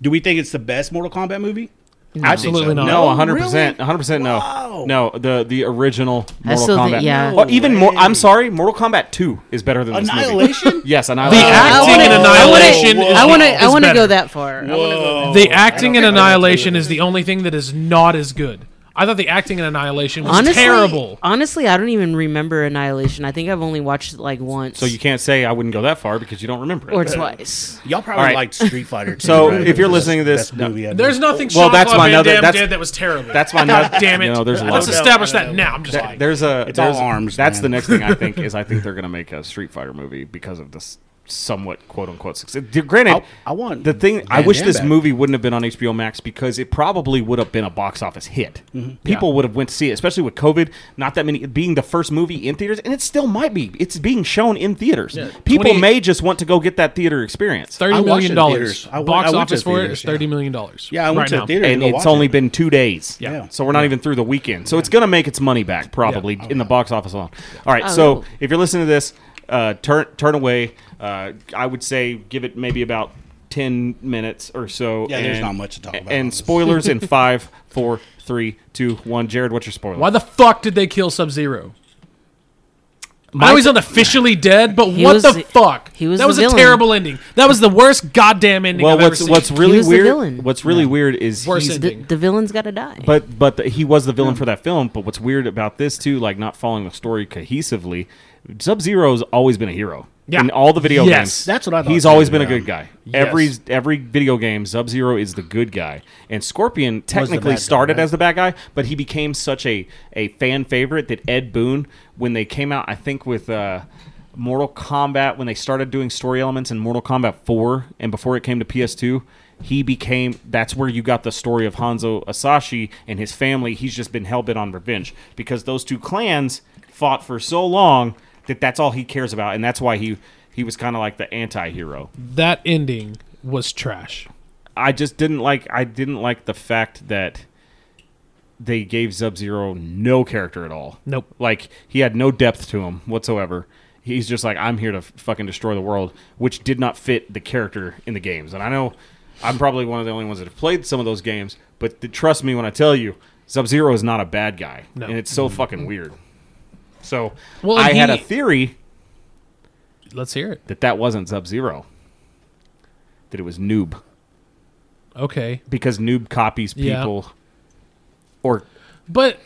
S6: Do we think it's the best Mortal Kombat movie? I think
S2: Absolutely not.
S3: No,
S6: Oh,
S3: hundred percent, hundred percent. No,
S6: Wow.
S3: no. The the original
S4: I
S3: Mortal
S4: still
S3: Kombat.
S4: think- yeah.
S3: Or even
S6: No
S3: more. I'm
S6: way.
S3: sorry. Mortal Kombat Two is better than this movie.
S6: Annihilation?
S3: yes,
S2: the
S3: Annihilation.
S2: acting
S4: wanna-
S2: in Annihilation.
S6: Whoa,
S2: is-
S4: I want to.
S2: is
S4: I want to
S2: better.
S4: go that far. Oh, I wanna go that-
S2: The acting in Annihilation is the only thing that is not as good. I thought the acting in Annihilation was
S4: Honestly,
S2: terrible.
S4: Honestly, I don't even remember Annihilation. I think I've only watched it like once
S3: So you can't say I wouldn't go that far because you don't remember it.
S4: or twice.
S6: [LAUGHS] Y'all probably
S3: All right.
S6: liked Street
S3: [LAUGHS]
S6: Fighter. too,
S3: So,
S6: right?
S3: if you're
S6: It was
S3: listening to
S6: the
S3: this,
S6: best movie ever.
S2: There's nothing.
S3: Well,
S2: Sean
S3: that's
S2: Claude
S3: my
S2: Van
S3: another-
S2: Damme
S3: that's-
S2: did that was terrible. [LAUGHS]
S3: that's my no-
S2: damn it.
S3: You know, there's a lot.
S2: Let's
S3: of-
S2: establish that now. I'm just
S3: Th-
S2: like
S3: there's a
S6: It's all
S3: there's a-
S6: arms,
S3: That's the
S6: man.
S3: next thing I
S6: [LAUGHS]
S3: think is I think they're gonna make a Street Fighter movie because of this somewhat quote unquote success. D- Granted,
S6: I- I want
S3: the thing. I
S6: Van
S3: wish
S6: Damme
S3: this
S6: back.
S3: movie wouldn't have been on HBO Max because it probably would have been a box office hit.
S6: Mm-hmm.
S3: People would have went to see it, especially with COVID. Not that many being the first movie in theaters, and it still might be. It's being shown in theaters. People
S2: 20
S3: may just want to go get that theater experience.
S2: thirty
S6: I watched it
S2: million
S6: in
S2: dollars.
S6: theaters. I went-
S2: Box
S6: I went to
S2: office for it
S6: theaters,
S2: is
S6: yeah.
S2: thirty million dollars.
S6: yeah, I went
S2: right
S6: to the
S2: now.
S6: theater
S3: and
S6: to go
S3: it's
S6: watch
S3: only
S6: it.
S3: been two days.
S6: Yeah. Oh,
S3: So we're not even through the weekend. So it's going to make its money back probably in the box office alone. All right.
S4: Oh,
S3: so
S4: cool.
S3: if you're listening to this, uh, turn turn away. Uh, I would say give it maybe about ten minutes or so.
S6: Yeah, there's not much to talk about on
S3: And
S6: this.
S3: spoilers
S6: [LAUGHS]
S3: in five, four, three, two, one. Jared, what's your spoiler?
S2: Why the fuck did they kill Sub Zero? I know he's unofficially dead, but
S4: He
S2: what
S4: was
S2: the
S4: the-
S2: fuck?
S4: he was
S2: that
S4: the
S2: was a
S4: villain.
S2: terrible ending. That was the worst goddamn ending
S3: well,
S2: I've
S3: what's
S2: ever
S3: what's
S2: seen.
S3: really
S4: was the
S3: weird?
S4: villain.
S3: What's really weird is
S2: Worse
S3: he's-
S2: ending.
S4: The, the villain's got to die.
S3: But but the, he was the villain for that film. But what's weird about this too, like not following the story cohesively, Sub Zero's always been a hero.
S2: Yeah.
S3: In all the video
S2: Yes,
S3: games,
S6: that's what I thought
S3: He's
S6: too,
S3: always been a
S6: yeah.
S3: good guy. Every every video game, Sub Zero is the good guy, and Scorpion technically
S6: bad guy,
S3: started
S6: right?
S3: as the bad guy, but he became such a a fan favorite that Ed Boon, when they came out, I think with. Uh, Mortal Kombat when they started doing story elements in Mortal Kombat 4 and before it came to PS2, he became that's where you got the story of Hanzo Asashi and his family. He's just been hell bent on revenge because those two clans fought for so long that that's all he cares about and that's why he he was kind of like the anti-hero.
S2: that ending was trash.
S3: I just didn't like I didn't like the fact that they gave Sub Zero no character at all.
S2: Nope.
S3: Like he had no depth to him whatsoever. He's just like I'm here to f- fucking destroy the world, which did not fit the character in the games. And I know I'm probably one of the only ones that have played some of those games, but th- trust me when I tell you, Sub Zero is not a bad guy,
S2: No.
S3: and it's so fucking weird. So
S2: Well,
S3: I
S2: and
S3: had a
S2: he-
S3: theory
S2: Let's hear it.
S3: that that wasn't Sub Zero, that it was Noob.
S2: Okay,
S3: because noob copies
S2: Yeah.
S3: people or
S2: but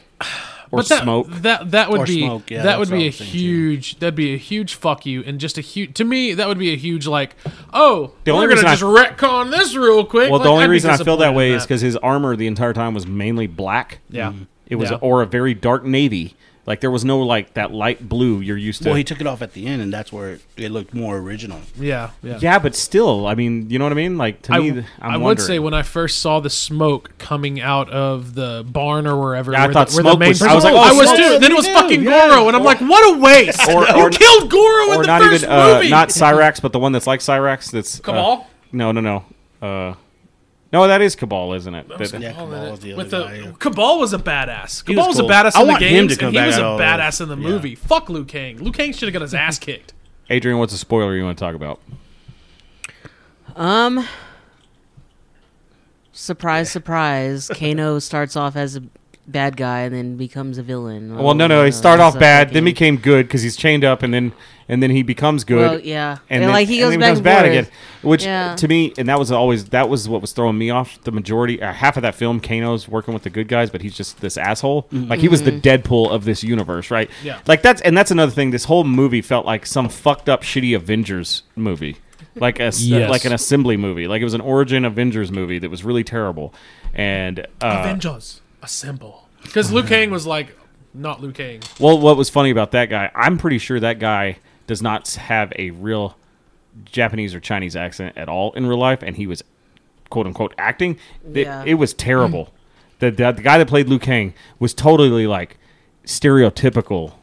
S3: or
S2: but that,
S3: smoke.
S2: That that would
S6: Or
S2: be
S6: smoke, yeah,
S2: that
S6: that's
S2: would
S6: what
S2: be
S6: I
S2: a
S6: was thinking, too.
S2: huge that'd be a huge fuck you and just a huge to me that would be a huge like oh
S3: The only
S2: we're gonna
S3: reason I-
S2: just retcon this real quick.
S3: Well,
S2: Like,
S3: the only
S2: I'd be
S3: reason I feel that
S2: disappointed
S3: way
S2: in
S3: is because his armor the entire time was mainly black.
S2: yeah
S3: It was
S2: Yeah.
S3: or a very dark navy. Like there was no like that light blue you're used to.
S6: Well, he took it off at the end, and that's where it, it looked more original.
S2: yeah yeah.
S3: yeah, but still, I mean, you know what I mean? Like to
S2: I,
S3: me,
S2: w-
S3: th- I'm
S2: I would
S3: wondering.
S2: say when I first saw the smoke coming out of the barn or wherever,
S3: Yeah, I
S2: where the-
S3: thought
S2: where the
S3: smoke
S2: main
S3: was- I
S2: person-
S3: was like,
S2: I
S3: oh,
S2: was
S3: smoke.
S2: too. Then it was fucking Goro, and I'm like, what a waste! [LAUGHS]
S3: Or-
S2: you
S3: or-
S2: killed Goro in
S3: or
S2: the
S3: not
S2: first
S3: even uh,
S2: movie. [LAUGHS]
S3: not Cyrax, but the one that's like Cyrax. That's uh,
S2: Cabal?
S3: no, no, no. Uh, no, that is Cabal, isn't it? That-
S6: Yeah,
S2: Oh,
S6: Cabal
S2: man,
S6: was the
S2: with
S6: other
S2: the
S6: guy, yeah.
S2: Cabal was a badass.
S6: He
S2: Cabal was,
S6: was
S2: a
S6: cool.
S2: badass
S6: I
S2: in the
S6: want him to
S2: games,
S6: come
S2: and he
S6: back
S2: was a
S6: out of all
S2: badass
S6: this.
S2: in the
S6: Yeah.
S2: movie. Fuck Liu Kang. Liu Kang should have got his ass kicked.
S3: Adrian, what's a spoiler you want to talk about?
S4: Um, surprise, surprise. Kano starts off as a bad guy and then becomes a villain.
S3: Well, no, no. He started
S4: that's
S3: off
S4: Oh, a
S3: bad,
S4: fucking-
S3: then became good because he's chained up, and then and then he becomes good.
S4: Well, yeah,
S3: and
S4: and,
S3: then,
S4: like he
S3: and
S4: goes
S3: then
S4: back
S3: becomes
S4: and
S3: bad
S4: forth.
S3: again. Which
S4: Yeah.
S3: to me, and that was always that was what was throwing me off. The majority, uh, half of that film, Kano's working with the good guys, but he's just this asshole.
S4: Mm-hmm.
S3: Like he was the Deadpool of this universe, right?
S2: Yeah.
S3: Like that's and that's another thing. This whole movie felt like some fucked up, shitty Avengers movie, like
S2: [LAUGHS]
S3: a s-
S2: Yes.
S3: like an assembly movie. Like it was an origin Avengers movie that was really terrible. And uh,
S2: Avengers, assemble. Because Liu Kang was like, not Liu Kang.
S3: Well, what was funny about that guy? I'm pretty sure that guy does not have a real Japanese or Chinese accent at all in real life, and he was quote unquote acting. It,
S4: Yeah.
S3: it was terrible. the, the the guy that played Liu Kang was totally like stereotypical.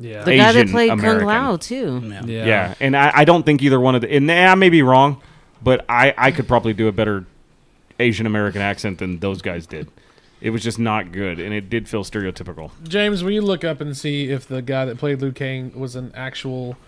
S2: Yeah.
S4: The guy that
S3: Asian
S4: played
S3: American.
S4: Kung Lao
S2: Mm-hmm.
S4: too.
S6: Yeah.
S3: Yeah, and I, I don't think either one of the and I may be wrong, but I I could probably do a better Asian American accent than those guys did. It was just not good, and it did feel stereotypical.
S2: James, will you look up and see if the guy that played Liu Kang was an actual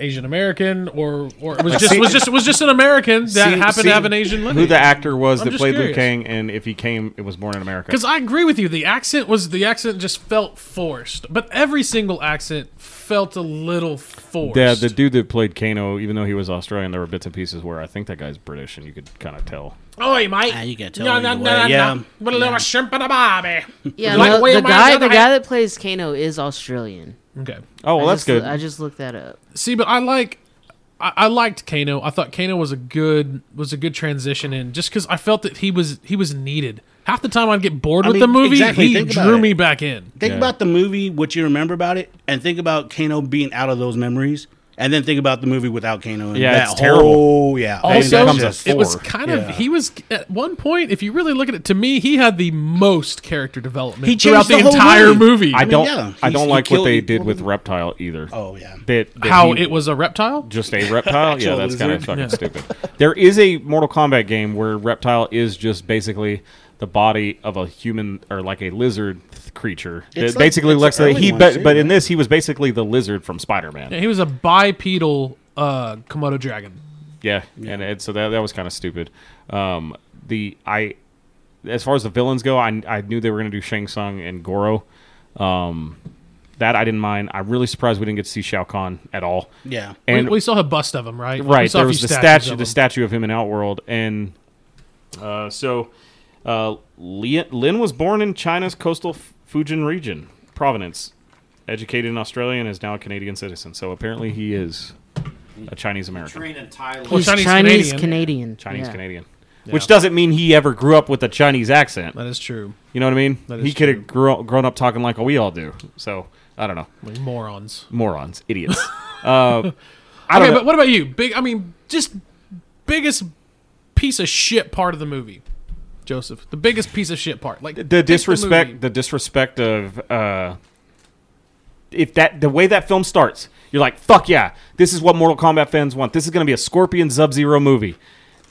S2: Asian American or or was just was just was just an American that
S3: See-
S2: happened
S3: see
S2: to have an Asian
S3: Who
S2: lineage?
S3: the actor was
S2: I'm
S3: that
S2: just
S3: played Liu
S2: curious.
S3: Kang, and if he came, it was born in America.
S2: Because I agree with you, the accent was the accent just felt forced, but every single accent felt a little forced.
S3: Yeah, the dude that played Kano, even though he was Australian, there were bits and pieces where I think that guy's British, and you could kind of tell.
S2: Oi, mate.
S6: Ah, you can tell
S2: No,
S6: either
S2: no,
S6: way.
S2: no, no,
S6: Yeah.
S2: no. With a little shrimp and a
S3: [LAUGHS]
S2: bobby.
S4: Yeah,
S2: Like,
S4: no,
S2: wait,
S4: the
S2: my
S4: guy,
S2: other hand-
S4: the guy that plays Kano is Australian.
S2: Okay.
S3: Oh, well,
S4: I
S3: that's
S4: just,
S3: good.
S4: I just looked that up.
S2: See, but I like I, I liked Kano. I thought Kano was a good was a good transition in just because I felt that he was he was needed. Half the time I'd get bored
S6: I
S2: with
S6: mean,
S2: the movie,
S6: exactly,
S2: he
S6: think about
S2: drew
S6: it.
S2: me back in.
S6: Think
S3: Yeah.
S6: about the movie, what you remember about it, and think about Kano being out of those memories, and then think about the movie without Kano. And
S3: Yeah,
S6: that
S3: it's terrible.
S6: whole- yeah.
S3: And
S2: Also,
S3: that comes as
S2: it was
S3: four.
S2: kind
S6: Yeah.
S2: of he was at one point. If you really look at it, to me, he had the most character development
S6: He changed
S2: throughout the,
S6: the whole
S2: entire movie.
S6: movie.
S3: I
S6: mean,
S3: don't,
S6: yeah,
S3: I don't
S6: he's- he
S3: like what
S6: killed-
S3: they
S6: he
S3: did
S6: killed
S3: with
S6: him.
S3: Reptile either.
S6: oh yeah.
S3: That, that
S2: How
S3: he-
S2: it was a reptile.
S3: just
S2: [LAUGHS]
S3: a reptile. yeah,
S6: Actual
S3: that's kind of
S6: lizard.
S3: fucking
S2: Yeah.
S3: stupid. There is a Mortal Kombat game where reptile is just basically the body of a human or like a lizard th- creature.
S6: It's
S3: It
S6: like-
S3: basically
S6: it's
S3: looks
S6: an
S3: like
S6: early
S3: he,
S6: one,
S3: but,
S6: too,
S3: but in
S6: right?
S3: this he was basically the lizard from Spider Man.
S2: He was a bipedal uh, Komodo dragon.
S3: Yeah, and it, so that that was kind of stupid. Um, the I, as far as the villains go, I I knew they were gonna do Shang Tsung and Goro. Um, that I didn't mind. I'm really surprised we didn't get to see Shao Kahn at all.
S6: Yeah.
S3: and
S2: we, we saw a bust of him, right? We
S3: right
S2: saw
S3: there
S2: a
S3: was
S2: few
S3: the
S2: statues
S3: statue
S2: of
S3: the
S2: him.
S3: statue of him in Outworld, and uh, so uh, Lin, Lin was born in China's coastal F- Fujian region, Providence. Educated in Australia and is now a Canadian citizen. So apparently he is a Chinese American.
S5: Train in Thailand.
S2: Well,
S4: He's
S2: Chinese
S4: Chinese,
S2: Canadian.
S4: Canadian.
S3: Chinese
S4: yeah.
S3: Canadian. Which doesn't mean he ever grew up with a Chinese accent.
S2: That is true.
S3: You know what I mean?
S2: That is
S3: He could have grew, grown up talking like we all do. So I don't know,
S2: Like morons.
S3: morons,
S2: [LAUGHS]
S3: idiots. uh, I don't
S2: Okay,
S3: know.
S2: but what about you? Big, I mean, just biggest piece of shit part of the movie, Joseph. The biggest piece of shit part, like take
S3: the
S2: movie.
S3: disrespect, the, disrespect of uh, if that the way that film starts, you're like, fuck yeah, this is what Mortal Kombat fans want. This is gonna be a Scorpion Sub Zero movie.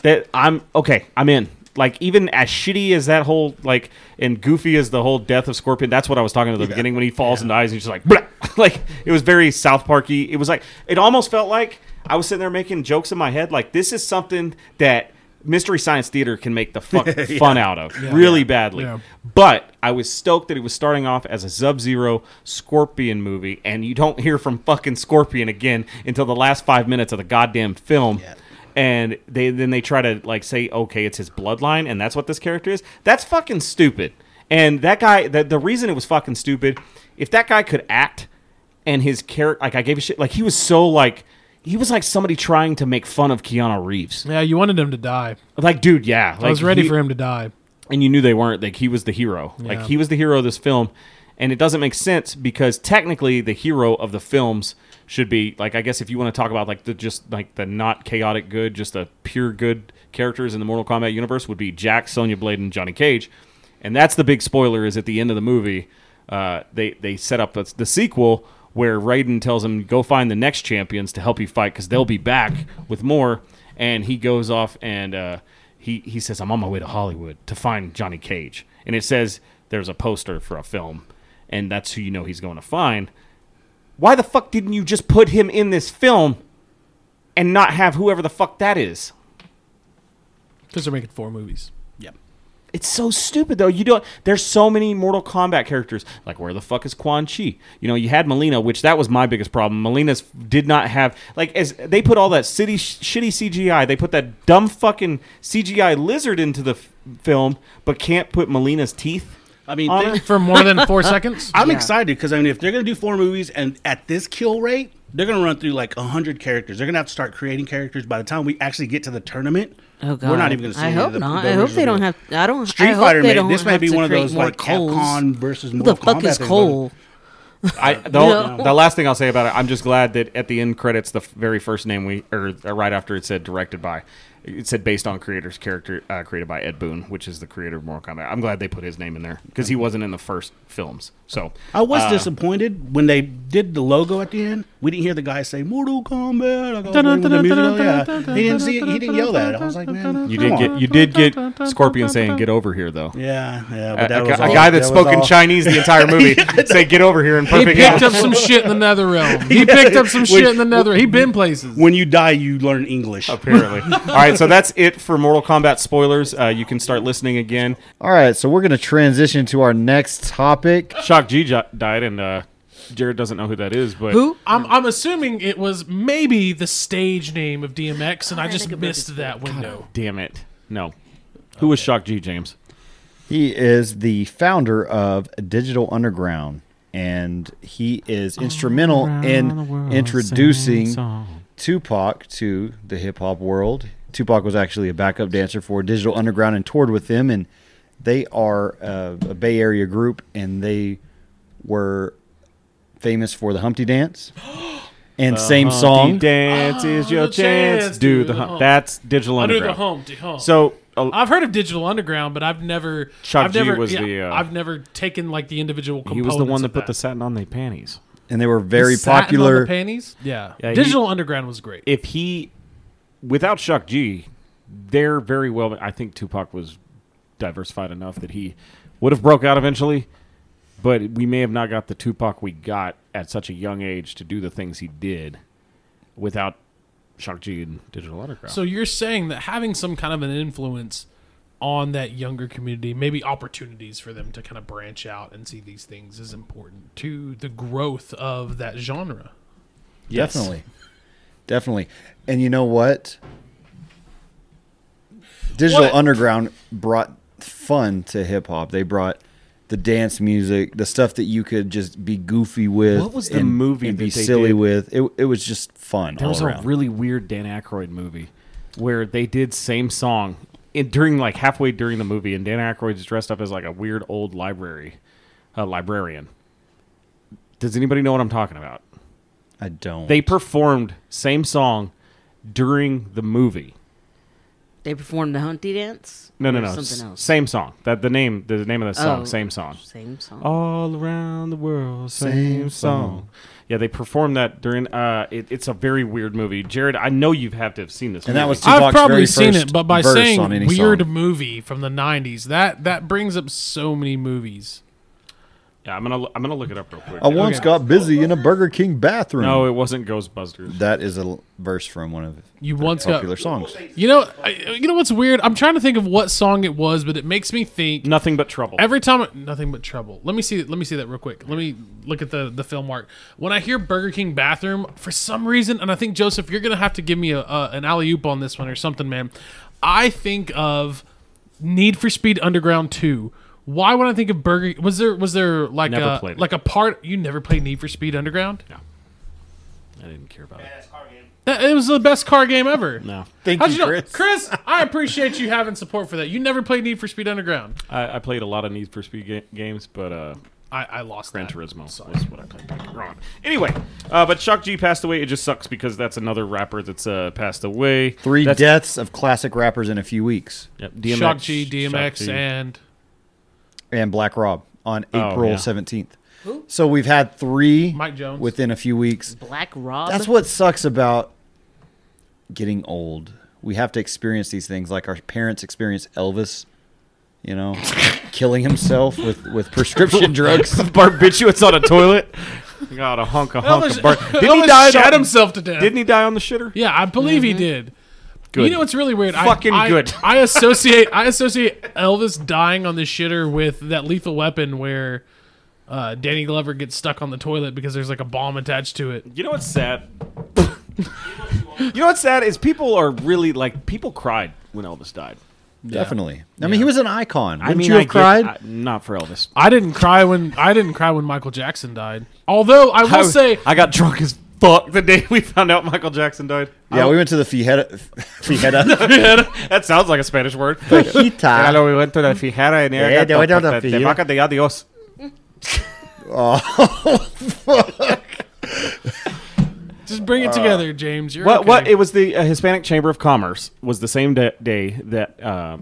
S3: That I'm okay, I'm in. Like even as shitty as that whole like and goofy as the whole death of Scorpion, that's what I was talking at the beginning when he falls and dies and he's just like, "Bleh." [LAUGHS] like it was very South Parky. It was like it almost felt like I was sitting there making jokes in my head. Like this is something that Mystery Science Theater can make
S2: [LAUGHS]
S3: the fuck fun out of really badly.
S2: Yeah.
S3: But I was stoked that it was starting off as a Sub Zero Scorpion movie, and you don't hear from fucking Scorpion again until the last five minutes of the goddamn film. And they then they try to like say, okay, it's his bloodline, and that's what this character is. That's fucking stupid. And that guy, the, the reason it was fucking stupid, if that guy could act and his character, like I gave a shit, like he was so like, he was like somebody trying to make fun of Keanu Reeves.
S2: Yeah, you wanted him to die.
S3: Like, dude, yeah. Like,
S2: I was ready
S3: he-
S2: for him to die.
S3: and you knew they weren't like he was the hero like
S2: Yeah.
S3: he was the hero of this film and it doesn't make sense because technically the hero of the films should be like i guess if you want to talk about like the just like the not chaotic good just the pure good characters in the mortal kombat universe would be jack sonya blade and johnny cage and that's the big spoiler is at the end of the movie uh, they they set up the, the sequel where Raiden tells him go find the next champions to help you fight because they'll be back with more, and he goes off and uh, he he says I'm on my way to Hollywood to find Johnny Cage, and it says there's a poster for a film, and that's who you know he's going to find. Why the fuck didn't you just put him in this film and not have whoever the fuck that is?
S2: Because they're making four movies.
S6: Yep.
S3: It's so stupid though. You don't. There's so many Mortal Kombat characters. Like where the fuck is Quan Chi? You know, you had Melina, which that was my biggest problem. Melina's did not have like as they put all that city shitty CGI. They put that dumb fucking CGI lizard into the f- film, but can't put Melina's teeth.
S6: I mean,
S3: On
S6: they-
S3: it?
S2: For more than
S3: [LAUGHS]
S2: four seconds?
S6: I'm excited because I mean, if they're gonna do four movies and at this kill rate, they're gonna run through like hundred characters. They're gonna have to start creating characters by the time we actually get to the tournament.
S4: Oh God.
S6: we're not even gonna see.
S4: I
S6: any of
S4: hope
S6: the-
S4: not.
S6: the
S4: I hope they
S6: original
S4: don't have. I don't. I
S6: Street
S4: hope
S6: Fighter.
S4: they
S6: Made,
S4: don't
S6: it. this may
S4: have
S6: be
S4: to
S6: one of
S4: create
S6: those
S4: more
S6: like
S4: Coles.
S6: Capcom versus
S4: Who the
S6: Mortal
S4: fuck
S6: Kombat
S4: is
S6: thing,
S4: Cole?
S3: I the,
S4: No.
S3: the last thing I'll say about it, I'm just glad that at the end credits, the f- very first name we or uh, right after it said directed by, it said based on creator's character uh, created by Ed Boon, which is the creator of Mortal Kombat. I'm glad they put his name in there because he wasn't in the first films. So
S6: I was
S3: uh,
S6: disappointed when they did the logo at the end. We didn't hear the guy say "Mortal Kombat." I go,
S2: Dun, dun,
S6: "With the music,"
S2: dun,
S6: yeah.
S2: dun, dun,
S6: He didn't see.
S2: dun,
S6: He didn't yell that. I was like,
S2: dun,
S6: man,
S2: dun,
S3: You
S6: come
S3: did
S6: on.
S3: get you did get Scorpion saying "Get over here" though.
S6: Yeah, yeah.
S3: A,
S6: But that
S3: a
S6: was
S3: gu- a
S6: all-
S3: guy that,
S6: was
S3: spoke in
S6: all-
S3: Chinese the entire
S6: [LAUGHS]
S3: movie say "Get over here" in
S2: He
S3: perfect.
S2: picked up
S3: [LAUGHS]
S2: some shit in the nether realm. He picked up some shit in the nether. He been places.
S6: When you die, you learn English.
S3: Apparently. All right, so that's it for Mortal Kombat spoilers. Uh, you can start listening again.
S1: All right, so we're gonna transition to our next topic.
S3: Shock G jo- died, and uh, Jared doesn't know who that is, but
S4: Who?
S2: I'm, I'm assuming it was maybe the stage name of DMX, and I just missed that window.
S3: damn it, no. Who was Shock G, James?
S1: He is the founder of Digital Underground, and he is instrumental in introducing Tupac to the hip hop world. Tupac was actually a backup dancer for Digital Underground and toured with them, and they are uh, a Bay Area group, and they were famous for the Humpty
S2: [GASPS]
S1: Dance and same song.
S3: dance is your
S2: the
S3: chance.
S2: chance,
S3: do
S2: do
S3: the
S2: the
S3: hump.
S2: hump.
S3: That's digital
S2: Under the
S3: underground.
S2: home, the home.
S3: So uh,
S2: I've heard of Digital Underground, but I've never.
S3: Chuck
S2: I've
S3: G
S2: never,
S3: was
S2: yeah,
S3: the, uh,
S2: I've never taken like the individual.
S3: he was the
S2: components
S3: one that
S2: of
S3: put the satin on their panties.
S1: and they were very
S2: Satin on the
S1: popular.
S2: panties. Yeah,
S3: Yeah, he-
S2: Digital Underground was great.
S3: if he without Shock G, they're very well. I think Tupac was diversified enough that he would have broke out eventually, but we may have not got the Tupac we got at such a young age to do the things he did without Shock G and Digital Underground.
S2: So you're saying that having some kind of an influence on that younger community, maybe opportunities for them to kind of branch out and see these things is important to the growth of that genre.
S3: Yes.
S1: Definitely. Definitely. And you know what? Digital
S2: What?
S1: Underground brought fun to hip hop. They brought the dance music, the stuff that you could just be goofy with.
S3: What was the movie
S1: and be
S3: that they
S1: silly
S3: did?
S1: with? It, it was just fun
S3: There
S1: all
S3: was
S1: around.
S3: a really weird Dan Aykroyd movie where they did same song in, during like halfway during the movie, and Dan Aykroyd's dressed up as like a weird old library uh, librarian. Does anybody know what I'm talking about?
S1: I don't.
S3: They performed same song during the movie.
S4: They performed the Humpty Dance.
S3: No, no,
S4: Or
S3: no, s-
S4: Something else.
S3: Same song. That the name, the name of the song,
S4: Oh.
S3: same song. Oh.
S4: Same song.
S3: All around the world,
S1: Same song.
S3: same song. Yeah, they performed that during. Uh, it, it's a very weird movie. Jared, I know you have to have seen this.
S1: And that
S3: movie.
S1: was Tupac's
S2: I've probably
S1: very
S2: seen
S1: first
S2: it, but by
S1: verse
S2: saying
S1: on any
S2: weird
S1: song.
S2: movie from the '90s, that that brings up so many movies.
S3: Yeah, I'm gonna I'm gonna look it up real quick.
S1: I once got busy in a Burger King bathroom.
S3: No, it wasn't Ghostbusters.
S1: That is a l- verse from one of
S2: You
S1: their
S2: once got-
S1: popular songs.
S2: You know, I, you know what's weird? I'm trying to think of what song it was, but it makes me think.
S3: Nothing but trouble.
S2: Every time, nothing but trouble. Let me see. Let me see that real quick. Let me look at the the film mark. When I hear Burger King bathroom, for some reason, and I think Joseph, you're gonna have to give me a, a an alley oop on this one or something, man. I think of Need for Speed Underground Two, Why would I think of Burger? Was there was there like
S3: Never
S2: a
S3: played it.
S2: like a part you never played Need for Speed Underground?
S3: I didn't care about it.
S5: Badass car game.
S2: That, it was the best car game ever.
S3: No,
S1: Thank
S2: How'd you
S1: you,
S2: know?
S1: Chris.
S2: Chris. I appreciate you having support for that. You never played Need for Speed Underground.
S3: I, I played a lot of Need for Speed ga- games, but uh,
S2: I, I lost
S3: Gran
S2: that.
S3: Turismo was what I played. Wrong. Anyway, uh, but Shock G passed away. It just sucks because that's another rapper that's uh, passed away.
S1: Three
S3: That's-
S1: deaths of classic rappers in a few weeks,
S3: Yep, DMX,
S2: Shock G,
S3: Shock
S2: DMX,
S3: G. [LAUGHS]
S2: and
S1: and Black Rob on
S3: Oh, yeah.
S1: April seventeenth. So we've had three
S2: Mike Jones.
S1: within a few weeks.
S4: Black Rob.
S1: That's what sucks about getting old. We have to experience these things like our parents experienced Elvis, you know, killing himself with, with
S3: [LAUGHS]
S1: prescription drugs.
S3: barbiturates on a toilet. [LAUGHS] Got a hunk of hunk
S2: Elvis,
S3: of bar-
S2: [LAUGHS]
S3: Didn't
S2: Elvis
S3: he die?
S2: shot
S3: on-
S2: himself to death.
S3: Didn't he die on the shitter?
S2: Yeah, I believe he did. You
S3: Good.
S2: know what's really weird?
S3: Fucking
S2: I, I,
S3: good.
S2: I associate I associate Elvis dying on the shitter with that Lethal Weapon where uh, Danny Glover gets stuck on the toilet because there's like a bomb attached to it.
S3: You know what's sad? you know what's sad is people are really like people cried when Elvis died.
S1: Definitely. I mean, he was an icon. Wouldn't
S3: I mean,
S1: you have
S3: I get-
S1: cried?
S3: I- not for Elvis.
S2: I didn't cry when I didn't cry when Michael Jackson died. Although I will
S3: I, [LAUGHS]
S2: say
S3: I got drunk as fuck the day we found out Michael Jackson [LAUGHS] died.
S1: yeah, we went to the [LAUGHS] Fijera. Fijera.
S3: [LAUGHS] that sounds like a Spanish [LAUGHS] word.
S1: Fajita.
S3: we went to the Fijera and
S1: Yeah, got they went to the- the- the Fijera. Vaca
S3: de Adios.
S2: just bring it together, James. You're
S3: What?
S2: okay.
S3: What? It was the uh, Hispanic Chamber of Commerce was the same da- day that uh,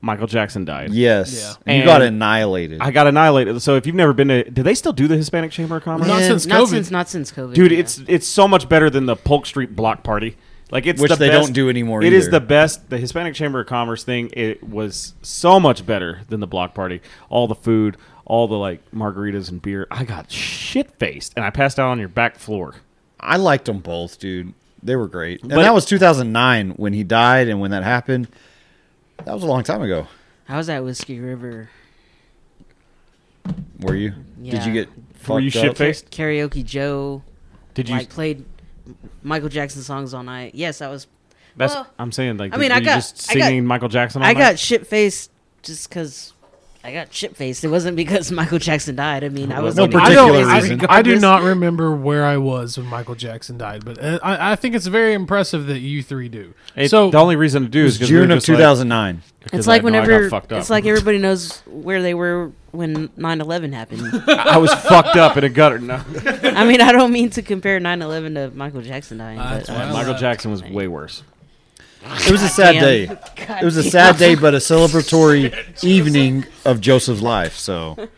S3: Michael Jackson died.
S1: Yes.
S3: Yeah.
S1: You got
S3: And-
S1: annihilated.
S3: I got annihilated. So if you've never been to, do they still do the Hispanic Chamber of Commerce?
S2: Not
S4: Yeah,
S2: since
S4: not
S2: COVID.
S4: since not since COVID,
S3: Dude,
S4: yeah.
S3: it's it's so much better than the Polk Street block party. Like it's
S1: Which
S3: the
S1: they
S3: best-
S1: don't do anymore
S3: It is
S1: either.
S3: the best. The Hispanic Chamber of Commerce thing. It was so much better than the block party. All the food, all the like margaritas and beer. I got shit faced and I passed out on your back floor.
S1: I liked them both, dude. They were great. And
S3: But-
S1: that was 2009 when he died and when that happened. That was a long time ago.
S4: How's that Whiskey River
S1: Were you? Did
S4: Yeah.
S1: you get
S3: Were you
S1: fucked up?
S3: shit faced?
S4: Karaoke Joe?
S3: Did you?
S4: Like played Michael Jackson songs all night. Yes, I was.
S3: that's
S4: well,
S3: I'm saying. Like,
S4: I
S3: I
S4: mean,
S3: mean,
S4: I
S3: you
S4: got-
S3: just
S4: I got-
S3: singing Michael Jackson. All
S4: I
S3: night?
S4: got shit faced just because. I got shit faced. It wasn't because [LAUGHS] Michael Jackson died. I mean, I was
S1: No
S4: like,
S2: I
S1: particular
S2: don't. I,
S1: reason.
S2: I do not remember where I was when Michael Jackson died, but uh, I, I think it's very impressive that you three do.
S3: It-
S2: so
S3: the only reason to do is 'cause we were
S1: June of
S3: just like-
S1: 2009.
S4: It's
S3: 'cause I
S4: like
S3: know I got
S4: whenever
S3: fucked up.
S4: it's like everybody knows where they were when 9/11 happened. [LAUGHS]
S1: [LAUGHS]
S3: I was fucked up in a gutter. No,
S4: I mean, I don't mean to compare 9/11 to Michael Jackson dying.
S2: That's
S4: But,
S2: why I
S4: uh,
S3: Michael Jackson was way worse.
S1: It was a sad
S4: damn.
S1: day. It was a sad day, but a celebratory evening of Joseph's life. So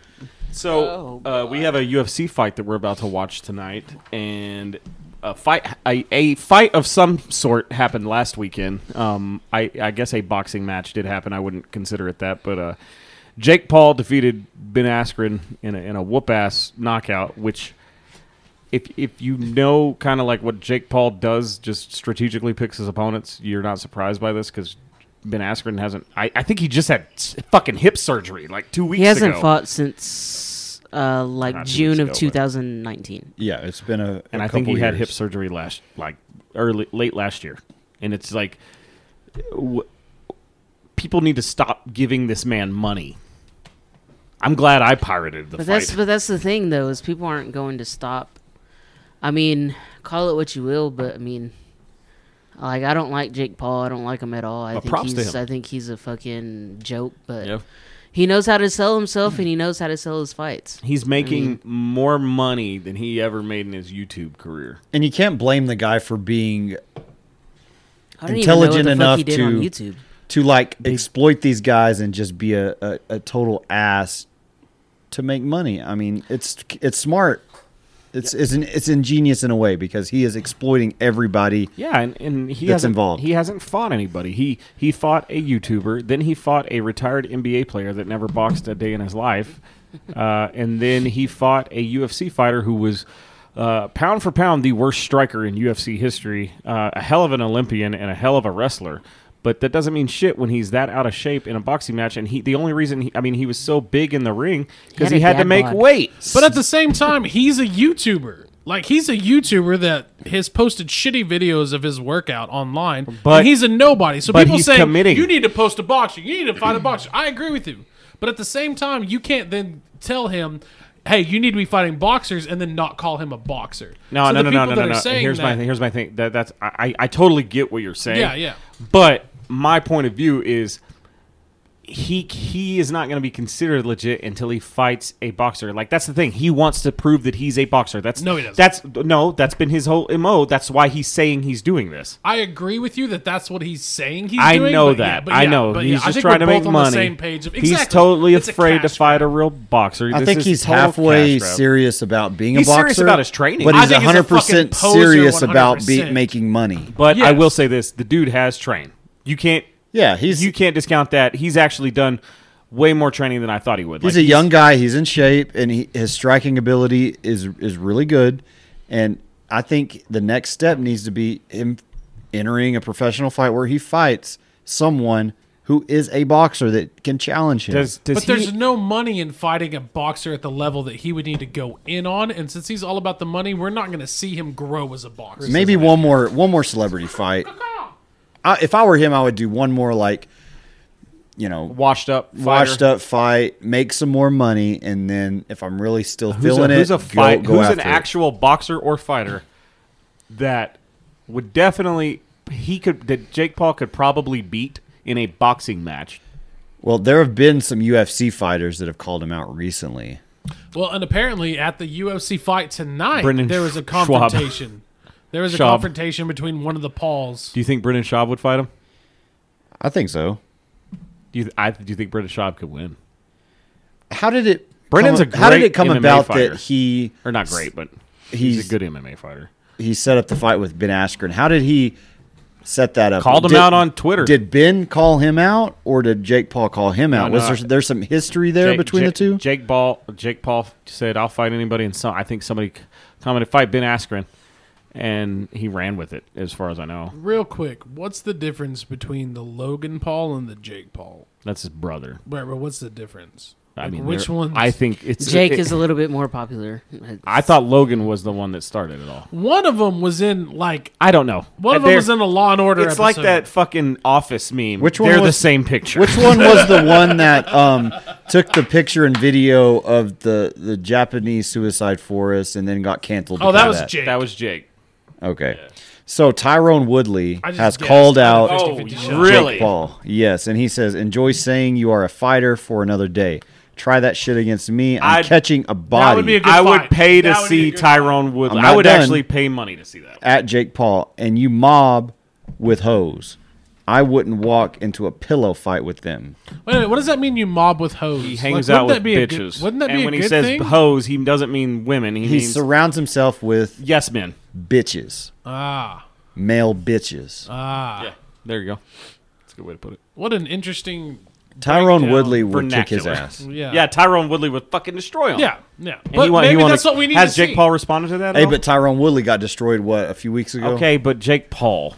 S3: So
S4: Oh,
S3: uh, we have a UFC fight that we're about to watch tonight, and a fight a, a fight of some sort happened last weekend. Um, I, I guess a boxing match did happen. I wouldn't consider it that, but uh, Jake Paul defeated Ben Askren in a, in a whoop ass knockout, which. If, if you know kind of like what Jake Paul does, just strategically picks his opponents, you're not surprised by this because Ben Askren hasn't. I, I think he just had s- fucking hip surgery like two weeks
S4: he hasn't
S3: ago.
S4: fought since uh, like
S3: Not two
S4: June
S3: weeks
S4: of
S3: ago, but-
S4: 2019.
S1: yeah, it's been a, a
S3: and I think he
S1: couple
S3: had hip
S1: years.
S3: surgery last, like early, late last year, and it's like, w- people need to stop giving this man money. I'm glad I pirated the
S4: But
S3: fight.
S4: that's but that's the thing though is people aren't going to stop. I mean, call it what you will, but I mean, like I don't like Jake Paul. I don't like him at all. I
S3: But
S4: think
S3: props to
S4: he's
S3: him.
S4: I think he's a fucking joke. But
S3: Yeah.
S4: he knows how to sell himself and he knows how to sell his fights.
S3: He's making more money than he ever made in his YouTube career.
S1: And you can't blame the guy for being
S4: I don't even know what
S1: Intelligent
S4: the fuck
S1: enough
S4: he did on
S1: to-
S4: YouTube.
S1: to like exploit these guys and just be a, a, a total ass to make money. I mean, it's it's smart. It's it's, in, it's ingenious in a way because he is exploiting everybody.
S3: Yeah, and, and he
S1: That's
S3: hasn't
S1: involved.
S3: He hasn't fought anybody. He he fought a YouTuber, then he fought a retired NBA player that never boxed a day in his life, uh, and then he fought a UFC fighter who was uh, pound for pound the worst striker in UFC history, uh, a hell of an Olympian and a hell of a wrestler. But that doesn't mean shit when he's that out of shape in a boxing match. And he the only reason he, I mean he was so big in the ring because
S4: had
S3: he,
S4: a
S3: had to
S4: dad
S3: make
S4: bod.
S3: weight.
S2: But at the same time, he's a YouTuber. Like he's a YouTuber that has posted shitty videos of his workout online,
S3: But-
S2: but he's a nobody. So
S3: but
S2: people
S3: he's
S2: say
S3: committing.
S2: you need to post a boxer, you need to fight a boxer. I agree with you, But at the same time, you can't then tell him, "Hey, you need to be fighting boxers," and then not call him a boxer.
S3: No,
S2: So
S3: no,
S2: the
S3: no, no,
S2: people
S3: no,
S2: that
S3: no,
S2: are
S3: no.
S2: saying
S3: Here's my
S2: that-
S3: thing. Here's my thing. That that's I, I I totally get what you're saying.
S2: Yeah, yeah.
S3: But my point of view is he he is not going to be considered legit until he fights a boxer. Like that's the thing. He wants to prove that he's a boxer. That's
S2: No, he doesn't.
S3: That's no. That's been his whole mo. That's why he's saying he's doing this.
S2: I agree with you that that's what he's saying. He's
S3: I
S2: doing,
S3: know
S2: but
S3: that.
S2: yeah, but
S3: I
S2: yeah,
S3: know.
S2: but
S3: he's
S2: yeah, I
S3: just
S2: think
S3: trying
S2: we're
S3: to make
S2: both on
S3: money.
S2: The same page of,
S3: He's
S2: exactly.
S3: totally
S2: It's a
S3: afraid to
S2: cash
S3: fight
S2: grab.
S3: a real boxer.
S1: I
S3: This
S1: think
S3: is
S1: he's
S3: total cash
S1: halfway
S3: grab.
S1: serious about being
S3: He's
S1: a boxer.
S3: serious about his training.
S1: but
S2: I
S1: he's
S2: think he's a
S1: 100
S2: fucking
S1: percent
S2: poser,
S1: serious about be,
S2: 100%.
S1: making money.
S3: But I
S2: Yes.
S3: will say this: the dude has trained. You can't.
S1: Yeah, he's
S3: you can't discount that. He's actually done way more training than I thought he would.
S1: he's
S3: Like,
S1: a young guy. He's in shape, and he, his striking ability is is really good. And I think the next step needs to be him entering a professional fight where he fights someone who is a boxer that can challenge him.
S3: Does, does
S2: But
S3: he,
S2: there's no money in fighting a boxer at the level that he would need to go in on, and since he's all about the money, we're not going to see him grow as a boxer.
S1: Maybe one more one more celebrity fight. I, if I were him, I would do one more like, you know,
S3: washed up, fighter?
S1: washed up fight, make some more money, and then if I'm really still
S3: Who's a,
S1: feeling
S3: who's
S1: it,
S3: a fight?
S1: go, go
S3: who's an
S1: after it.
S3: actual boxer or fighter that would definitely he could that Jake Paul could probably beat in a boxing match?
S1: Well, there have been some UFC fighters that have called him out recently.
S2: Well, and apparently at the UFC fight tonight,
S3: Brendan
S2: there was a
S3: Sch- Schwab.
S2: confrontation. There was a
S3: Schaub.
S2: confrontation between one of the Pauls.
S3: Do you think Brendan Schaub would fight him?
S1: I think so.
S3: Do you I, do you think Brendan Schaub could win?
S1: How did it?
S3: Brennan's
S1: come,
S3: a
S1: how did
S3: great
S1: it come
S3: MMA
S1: about
S3: fighter.
S1: that he
S3: Or not great, but he's,
S1: He's-
S3: a good MMA fighter.
S1: he set up the fight with Ben Askren? How did he set that up?
S3: Called him
S1: Did-
S3: out on Twitter.
S1: Did Ben call him out, or did Jake Paul call him out?
S3: No,
S1: Was
S3: no,
S1: there there's some history there
S3: Jake-
S1: between
S3: Jake-
S1: the two?
S3: Jake Paul, Jake Paul said, "I'll fight anybody," and so I think somebody c- commented, "Fight Ben Askren," and he ran with it, as far as I know.
S2: Real quick, what's the difference between the Logan Paul and the Jake Paul?
S3: That's his brother.
S2: Right, but what's the difference?
S3: I
S2: Like,
S3: mean,
S2: which
S3: they're-
S2: one?
S3: I think it's
S4: Jake
S3: is.
S4: is a little bit more popular.
S3: I thought Logan was the one that started it all.
S2: one of them was in like
S3: I don't know. Uh,
S2: one of them
S3: They're-
S2: was in a Law and Order.
S3: It's like
S2: episode.
S3: that fucking office meme.
S1: Which one
S3: They're the
S1: was-
S3: same picture.
S1: Which one was the one that um, took the picture and video of the, the Japanese suicide forest and then got canceled?
S2: Oh, that
S1: because of
S2: was Jake.
S3: that was Jake.
S1: Okay. So Tyrone Woodley
S2: I just
S1: has
S2: guessed.
S1: called out
S2: Oh,
S1: Jake
S2: 50-50
S3: Oh,
S2: shot.
S3: really?
S1: Paul. Yes, and he says, "Enjoy saying you are a fighter for another day. Try that shit against me. I'm
S3: I'd-
S1: catching a body
S2: would be a good
S3: I would
S2: fight.
S3: pay to
S2: That would be a
S3: see
S2: good
S3: Tyrone Woodley.
S1: I'm
S3: I
S1: not
S3: would
S1: done.
S3: actually pay money to see that.
S1: at Jake Paul, and you mob with hose. I wouldn't walk into a pillow fight with them.
S2: Wait a minute, what does that mean? You mob with hoes?
S3: He hangs
S2: like,
S3: out
S2: wouldn't that
S3: with
S2: be a good-
S3: bitches.
S2: wouldn't that
S3: and
S2: be a
S3: when
S2: good
S3: he says
S2: thing?
S3: hoes, he doesn't mean women. He,
S1: He
S3: means
S1: surrounds himself with
S3: yes men.
S1: bitches,
S2: ah,
S1: male bitches.
S3: Uh,
S2: ah.
S3: Yeah, there you go. That's a good way to put it.
S2: What an interesting.
S1: Tyrone
S2: breakdown.
S1: Woodley would kick his
S3: Vernacular.
S1: ass.
S2: Yeah.
S3: Yeah, Tyrone Woodley would fucking destroy him.
S2: Yeah. Yeah.
S3: Oh. And
S2: But
S3: he wa- he
S2: maybe
S3: wanted-
S2: that's what we need
S3: Has
S2: to
S3: Jake
S2: see.
S3: Paul responded to that? at
S1: Hey,
S3: all?
S1: but Tyrone Woodley got destroyed what a few weeks ago.
S3: okay, but Jake Paul,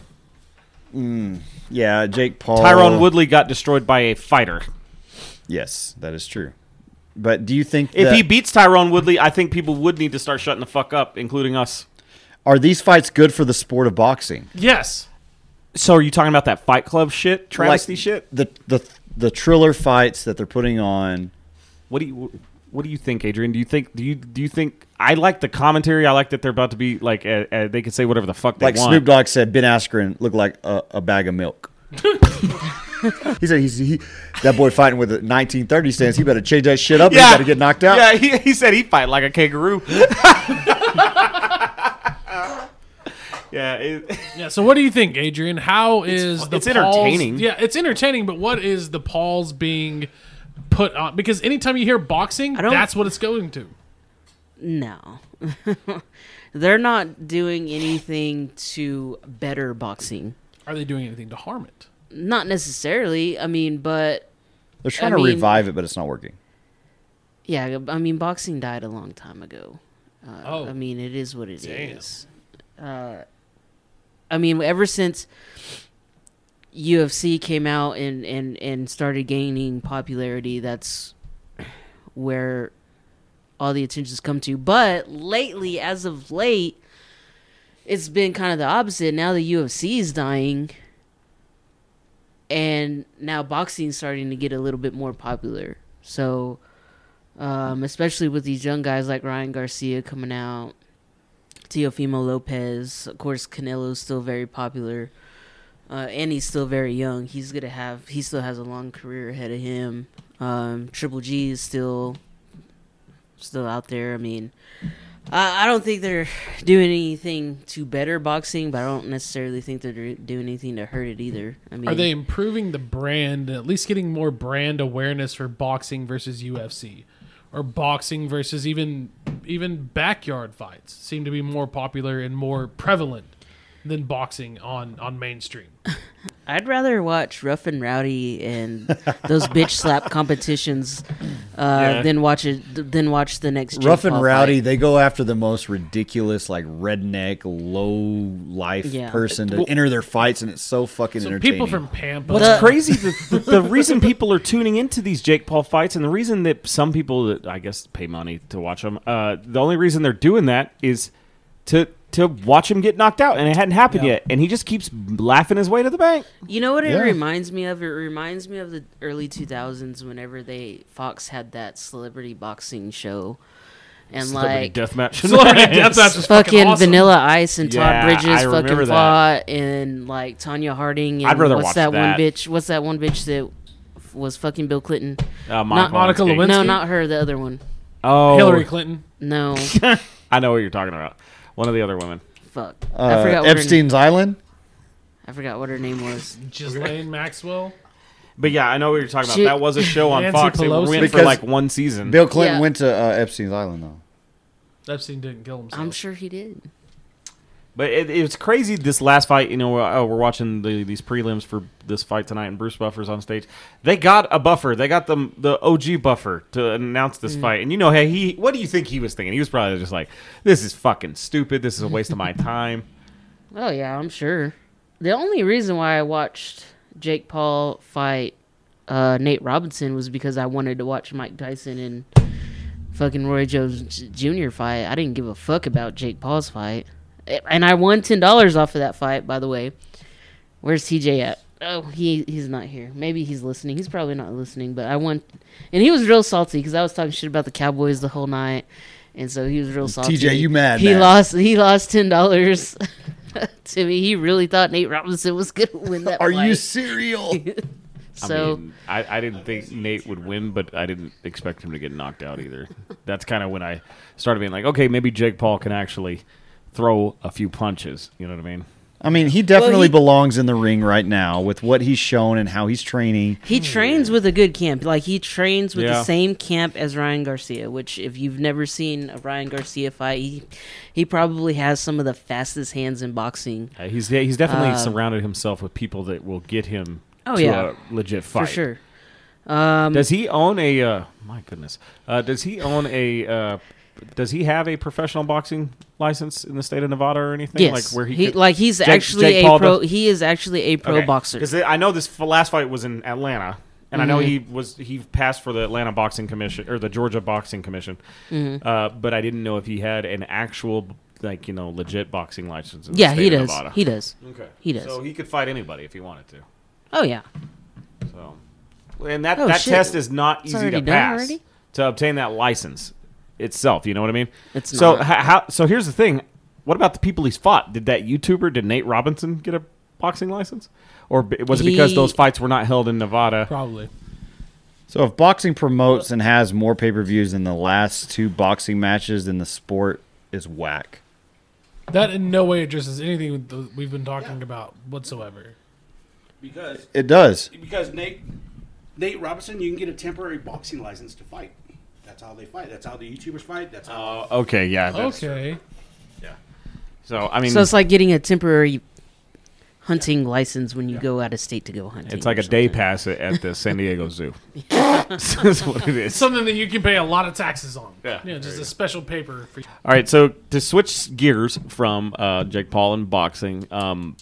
S1: Yeah, Jake Paul.
S3: Tyrone Woodley got destroyed by a fighter.
S1: Yes, that is true. But do you think
S3: If
S1: that-
S3: he beats Tyrone Woodley, I think people would need to start shutting the fuck up, including us.
S1: are these fights good for the sport of boxing?
S2: Yes.
S3: So are you talking about that Fight Club shit, travesty
S1: Like,
S3: shit?
S1: The the the Triller fights that they're putting on.
S3: What do you What do you think, Adrian? Do you think do you do you think I like the commentary? I like that they're about to be like uh, uh, they can say whatever the fuck they
S1: Like
S3: want.
S1: Snoop Dogg said, Ben Askren looked like a, a bag of [LAUGHS] milk. he said he's he, that boy fighting with a 1930 stance. He better change that shit up. Yeah. He better get knocked out.
S3: Yeah, he, he said he fight like a [LAUGHS] kangaroo. yeah, it,
S2: Yeah. So, what do you think, Adrian? How is the Pauls-
S3: it's entertaining.
S2: Yeah, it's entertaining. But what is the Pauls being put on? Because anytime you hear boxing,
S4: don't-
S2: that's what it's going to.
S4: No. [LAUGHS] They're not doing anything to better boxing.
S2: Are they doing anything to harm it?
S4: Not necessarily. I mean, but
S1: They're trying
S4: I
S1: to
S4: mean-
S1: revive it, but it's not working.
S4: yeah, I mean, boxing died a long time ago. Uh,
S2: Oh.
S4: I mean, it is what it is.
S2: Damn.
S4: Uh, I mean, ever since UFC came out and, and, and started gaining popularity, that's where all the attention's come to. But lately, as of late, it's been kind of the opposite. Now the UFC is dying, and now boxing's starting to get a little bit more popular. So, um, especially with these young guys like Ryan Garcia coming out, Teofimo Lopez, of course, Canelo's still very popular, uh, and he's still very young. He's gonna have he still has a long career ahead of him. Um, Triple G is still still out there. I mean, I, I don't think they're doing anything to better boxing, but I don't necessarily think they're do- doing anything to hurt it either. I mean,
S2: Are they improving the brand, at least getting more brand awareness for boxing versus UFC? Or boxing versus even even backyard fights seem to be more popular and more prevalent than boxing on, on mainstream.
S4: I'd rather watch Rough and Rowdy and
S1: [LAUGHS]
S4: those bitch slap competitions uh, than watch it than watch the next Jake
S1: Rough and
S4: Paul
S1: rowdy,
S4: fight.
S1: they go after the most ridiculous, like redneck, low life
S4: Yeah.
S1: person to enter their fights, and it's so fucking
S2: So
S1: entertaining.
S2: people from Pampa.
S3: What's
S2: [LAUGHS]
S4: The-
S3: crazy, the, the, the reason people are tuning into these Jake Paul fights, and the reason that some people, that I guess, pay money to watch them, uh, the only reason they're doing that is to to watch him get knocked out, and it hadn't happened
S2: Yeah.
S3: yet, and he just keeps laughing his way to the bank.
S4: You know what it
S1: Yeah.
S4: reminds me of? It reminds me of the early 2000s whenever they Fox had that celebrity boxing show. And like
S3: deathmatch. [LAUGHS]
S2: Celebrity death match was fucking,
S4: fucking,
S2: awesome.
S4: Vanilla Ice and
S3: Yeah,
S4: Todd Bridges
S3: I remember
S4: fucking
S3: that.
S4: fought and like Tanya Harding and
S3: I'd rather
S4: what's
S3: watch
S4: that,
S3: that.
S4: one bitch? What's that one bitch that f- was fucking Bill Clinton?
S3: Uh,
S4: Not-
S2: Monica
S3: Lewinsky.
S2: Lewinsky.
S4: No,
S2: Linsky?
S4: not her, the other one.
S3: Oh,
S2: Hillary Clinton.
S3: [LAUGHS]
S4: No.
S3: I know what you're talking about. One of the other women.
S4: Fuck.
S1: Uh,
S4: I forgot what her name,
S1: Epstein's Island.
S4: I forgot what her name was.
S2: Ghislaine Maxwell.
S3: But yeah, I know what you're talking about.
S4: She-
S3: that was a show on
S2: Nancy
S3: Fox.
S2: Pelosi.
S3: It went for
S1: Because
S3: like one season.
S1: Bill Clinton
S4: Yeah.
S1: went to uh, Epstein's Island though.
S2: Epstein didn't kill himself.
S4: I'm sure he did.
S3: But it, it's crazy. This last fight, you know, uh, we're watching the, these prelims for this fight tonight, and Bruce Buffer's on stage. They got a buffer. They got the the OG buffer to announce this fight. And you know, hey, he what do you think he was thinking? He was probably just like, "This is fucking stupid. This is a waste of my time."
S4: Oh yeah, I'm sure. The only reason why I watched Jake Paul fight uh, Nate Robinson was because I wanted to watch Mike Tyson and fucking Roy Jones Jr. fight. I didn't give a fuck about Jake Paul's fight, and I won ten dollars off of that fight. By the way, where's TJ at? Oh, he he's not here. Maybe he's listening. He's probably not listening. But I won, and he was real salty because I was talking shit about the Cowboys the whole night, and so he was real salty.
S1: TJ, you mad,
S4: He
S1: man.
S4: lost. He lost ten dollars [LAUGHS] to me. He really thought Nate Robinson was gonna [LAUGHS] win that.
S1: Are you
S3: [LAUGHS]
S4: fight.
S1: serial?
S4: so?
S3: I mean, I, I didn't think Nate would win, but I didn't expect him to get knocked out either. That's kind of when I started being like, "Okay, maybe Jake Paul can actually throw a few punches." You know what I mean?
S1: I mean, he definitely
S4: he-
S1: belongs in the ring right now with what he's shown and how he's training.
S3: hmm.
S4: He trains with a good camp. Like he trains with
S3: Yeah.
S4: the same camp as Ryan Garcia, which if you've never seen a Ryan Garcia fight, he, he probably has some of the fastest hands in boxing.
S3: Uh, he's yeah, he's definitely surrounded himself with people that will get him
S4: Um, Oh,
S3: to
S4: yeah.
S3: a legit fight.
S4: For sure. Um,
S3: Does he own a? Uh, my goodness. Uh, does he own a? Uh, does he have a professional boxing license in the state of Nevada or anything?
S4: Yes.
S3: Like where he, could-
S4: like he's
S3: Jake-
S4: actually
S3: Jake
S4: a
S3: Paul
S4: pro
S3: does-
S4: he is actually a pro
S3: Okay.
S4: boxer.
S3: 'Cause I know this f- last fight was in Atlanta, and I know he
S4: Mm-hmm.
S3: was he passed for the Atlanta Boxing Commission or the Georgia Boxing Commission,
S4: Mm-hmm.
S3: uh, but I didn't know if he had an actual like you know legit boxing license. In the
S4: Yeah,
S3: state
S4: he
S3: of
S4: does.
S3: Nevada.
S4: He does.
S3: okay.
S4: he does.
S3: So he could fight anybody if he wanted to.
S4: Oh yeah.
S3: So, and that,
S4: Oh,
S3: that
S4: shit.
S3: test is not
S4: It's
S3: easy to
S4: already done
S3: pass
S4: already?
S3: to obtain that license itself. You know what I mean?
S4: It's
S3: so
S4: not.
S3: ho- how? So here's the thing. What about the people he's fought? Did that YouTuber, did Nate Robinson get a boxing license, or b- was it because
S4: He-
S3: those fights were not held in Nevada?
S2: Probably.
S1: So if boxing promotes and has more pay per views than the last two boxing matches, then the sport is whack.
S2: That in no way addresses anything with the- we've been talking about whatsoever.
S6: because
S1: It does.
S6: because Nate Nate Robinson, you can get a temporary boxing license to fight. That's how they fight. That's how the YouTubers fight. That's how.
S3: Oh, okay, yeah. that's-
S2: Okay.
S3: So I mean,
S4: So it's like getting a temporary hunting license when you go out of state to go hunting.
S3: it's like
S4: or
S3: a day
S4: something.
S3: pass at, at the San Diego
S4: [LAUGHS]
S3: Zoo. [LAUGHS] That's what it is.
S2: Something that you can pay a lot of taxes on.
S3: Yeah.
S2: You know,
S3: There
S2: just
S3: you go.
S2: a special paper for
S3: All right, so to switch gears from uh, Jake Paul and boxing, um,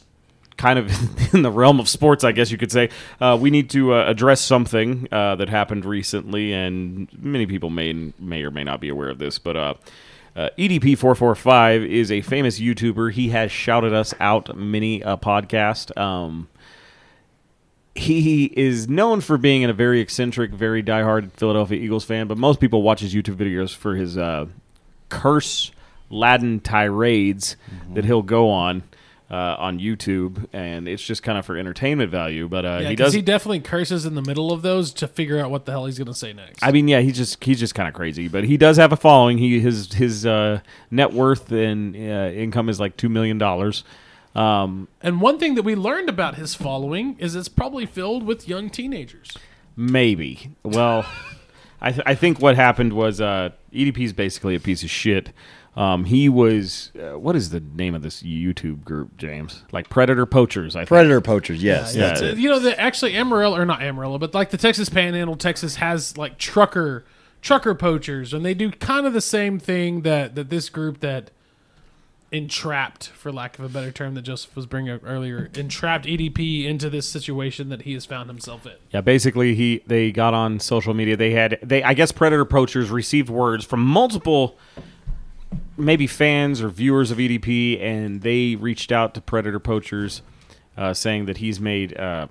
S3: kind of [LAUGHS] in the realm of sports, I guess you could say, uh, we need to uh, address something uh, that happened recently, and many people may may or may not be aware of this, but. Uh, uh, EDP445 is a famous uh, YouTuber. He has shouted us out many a podcast. Um, he is known for being a very eccentric, very diehard Philadelphia Eagles fan, but most people watch his YouTube videos for his uh, curse Latin tirades
S2: Mm-hmm.
S3: that he'll go on uh, on YouTube, and it's just kind of for entertainment value. But uh,
S2: Yeah,
S3: he
S2: 'cause
S3: does.
S2: he definitely curses in the middle of those to figure out what the hell he's going to say next.
S3: I mean, yeah, he's just he's just kind of crazy, but he does have a following. He his his uh, net worth and uh, income is like two million dollars. Um,
S2: and one thing that we learned about his following is it's probably filled with young teenagers.
S3: Maybe. Well, I, th- I think what happened was uh, EDP is basically a piece of shit. Um, he was uh, what is the name of this YouTube group, James? Like Predator Poachers, I think.
S1: Predator poachers. Yes,
S3: Yeah,
S1: that's
S3: yeah.
S1: it.
S2: uh, You know, the, actually Amarillo or not Amarillo, but like the Texas Panhandle, Texas has like trucker trucker poachers, and they do kind of the same thing that that this group that entrapped, for lack of a better term, that Joseph was bringing up earlier, entrapped EDP into this situation that he has found himself in.
S3: Yeah, basically he they got on social media. They had they I guess Predator Poachers received words from multiple maybe fans or viewers of EDP, and they reached out to Predator Poachers, uh, saying that he's made uh,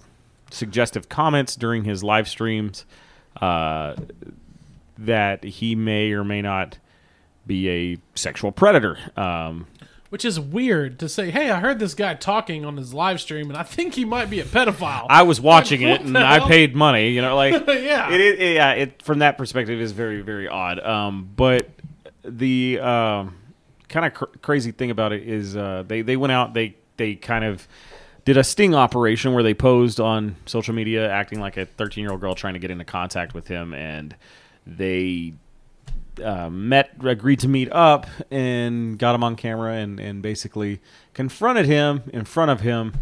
S3: suggestive comments during his live streams uh, that he may or may not be a sexual predator. Um,
S2: Which is weird to say, hey, I heard this guy talking on his live stream, and I think he might be a pedophile.
S3: I was watching
S2: Like,
S3: it
S2: what
S3: and
S2: the
S3: I
S2: hell?
S3: paid money. You know, like
S2: [LAUGHS] Yeah.
S3: it, is- it- yeah. It from that perspective is very very odd. Um, but the um, kind of cr- crazy thing about it is uh, they they went out they they kind of did a sting operation where they posed on social media acting like a 13 year old girl trying to get into contact with him and they uh, met agreed to meet up and got him on camera and, and basically confronted him in front of him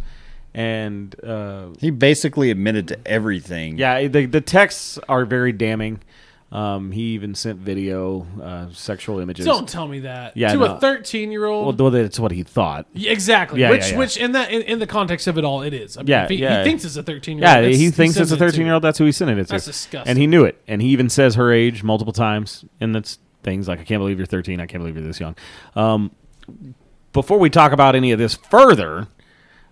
S3: and uh,
S1: He basically admitted to everything.
S3: yeah, the the texts are very damning. Um, he even sent video uh, sexual images.
S2: Don't tell me that.
S3: Yeah,
S2: to
S3: no.
S2: a 13 year
S3: Well,
S2: old.
S3: th- that's what he thought.
S2: exactly.
S3: Yeah,
S2: which,
S3: yeah, yeah.
S2: which, in that, in, in the context of it all, it is. I mean,
S3: Yeah,
S2: if he,
S3: yeah.
S2: he thinks it's a 13 year
S3: Yeah,
S2: old.
S3: he thinks it's a 13 year old. That's who he sent it to.
S2: That's disgusting.
S3: And he knew it. And he even says her age multiple times. And that's things like, I can't believe you're 13. I can't believe you're this young. Um, before we talk about any of this further,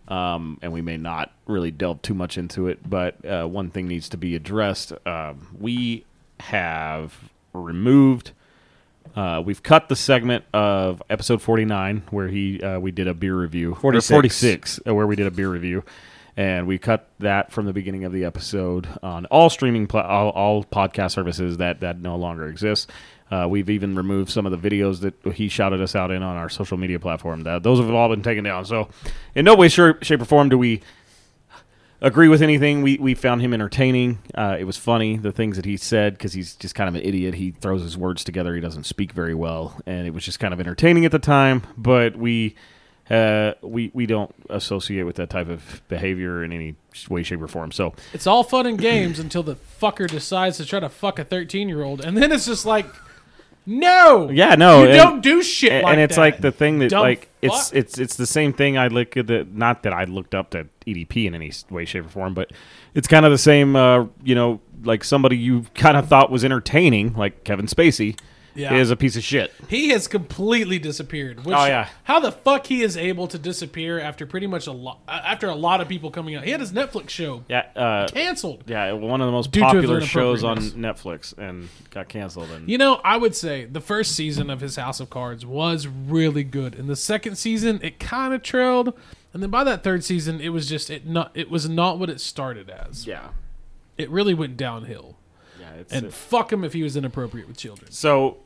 S3: um, and we may not really delve too much into it, but uh, one thing needs to be addressed. Um, we have removed. Uh, we've cut the segment of episode 49 where he uh, we did a beer review. Or
S1: 46.
S3: 46 uh, where we did a beer review, and we cut that from the beginning of the episode on all streaming pla- all, all podcast services that that no longer exists. Uh, we've even removed some of the videos that he shouted us out in on our social media platform. That those have all been taken down. So, in no way, sure, shape, or form do we agree with anything. We we found him entertaining. Uh, it was funny the things that he said because he's just kind of an idiot. He throws his words together. He doesn't speak very well, and it was just kind of entertaining at the time. But we. Uh, we we don't associate with that type of behavior in any way, shape, or form. So
S2: It's all fun and games until the fucker decides to try to fuck a 13 year old. And then it's just like, no.
S3: Yeah, no,
S2: You
S3: and-
S2: don't do shit
S3: and,
S2: like
S3: and it's
S2: that.
S3: like the thing that
S2: Dumb
S3: like it's
S2: fuck.
S3: it's it's the same thing I look at the not that I looked up to EDP in any s- way shape or form but it's kind of the same uh, you know like somebody you [LAUGHS] kind of thought was entertaining like Kevin Spacey
S2: Yeah.
S3: is a piece of shit.
S2: He has completely disappeared. Which,
S3: Oh, yeah.
S2: How the fuck he is able to disappear after pretty much a lot after a lot of people coming out? He had his Netflix show
S3: Yeah, uh,
S2: canceled.
S3: yeah, one of the most
S2: Due to
S3: popular shows on
S2: inappropriateness.
S3: Netflix and got canceled and
S2: You know, I would say the first season of his House of Cards was really good, and the second season it kind of trailed, and then by that third season it was just it not it was not what it started as.
S3: yeah,
S2: It really went downhill.
S3: yeah, it's,
S2: And fuck him if he was inappropriate with children.
S3: So,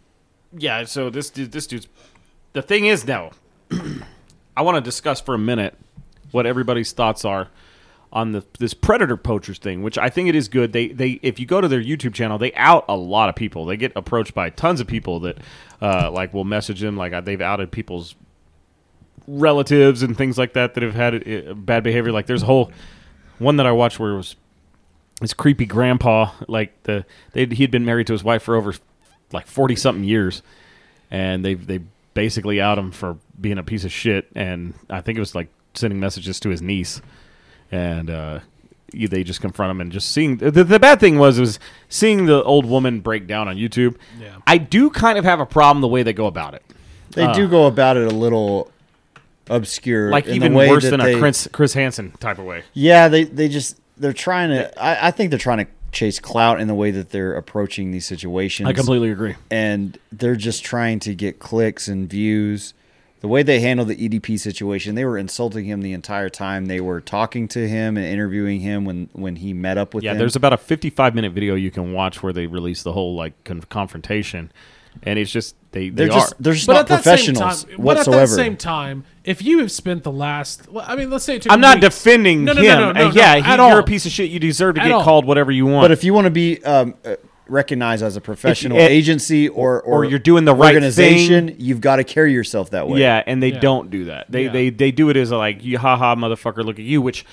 S3: yeah. So this dude, this dude's. The thing is now, [CLEARS THROAT] I want to discuss for a minute what everybody's thoughts are on the this predator poachers thing, which I think it is good. They they if you go to their YouTube channel, they out a lot of people. They get approached by tons of people that uh, like will message them like uh, they've outed people's relatives and things like that that have had uh, bad behavior. Like there's a whole one that I watched where it was his creepy grandpa like the they he had been married to his wife for over like 40 something years and they they basically out him for being a piece of shit and i think it was like sending messages to his niece and uh you- they just confront him and just seeing the, the bad thing was was seeing the old woman break down on youtube
S2: Yeah.
S3: i do kind of have a problem the way they go about it
S1: They do go about it a little obscure,
S3: Uh. like
S1: in the
S3: even
S1: way
S3: worse
S1: that
S3: than
S1: they-
S3: a chris chris hansen type of way
S1: Yeah, they they just they're trying to. I, I think they're trying to chase clout in the way that they're approaching these situations.
S7: I completely agree.
S1: and they're just trying to get clicks and views. The way they handled the EDP situation, they were insulting him the entire time. They were talking to him and interviewing him when when he met up with
S3: Yeah,
S1: them.
S3: there's about a 55 minute video you can watch where they release the whole like con- confrontation, and it's just they they
S1: they're just
S3: are.
S1: they're just
S2: But
S1: not
S2: at that same
S1: professionals
S2: time- But at that
S1: whatsoever.
S2: same time, if you have spent the last, well, I mean, let's say it took
S3: I'm
S2: you
S3: not
S2: weeks-
S3: defending
S2: No, no,
S3: him.
S2: No, no, no,
S3: and
S2: no,
S3: yeah,
S2: at
S3: he, you're
S2: all.
S3: a piece of shit. You deserve to
S2: At
S3: get
S2: all.
S3: called whatever you want.
S1: but if you want to be um, uh, recognized as a professional
S3: eh,
S1: agency or, or
S3: or you're doing the right
S1: organization, you've got to carry yourself that way.
S3: Yeah, and they
S2: Yeah.
S3: don't do that. They
S2: Yeah.
S3: they they do it as a like, you haha, motherfucker, look at you, which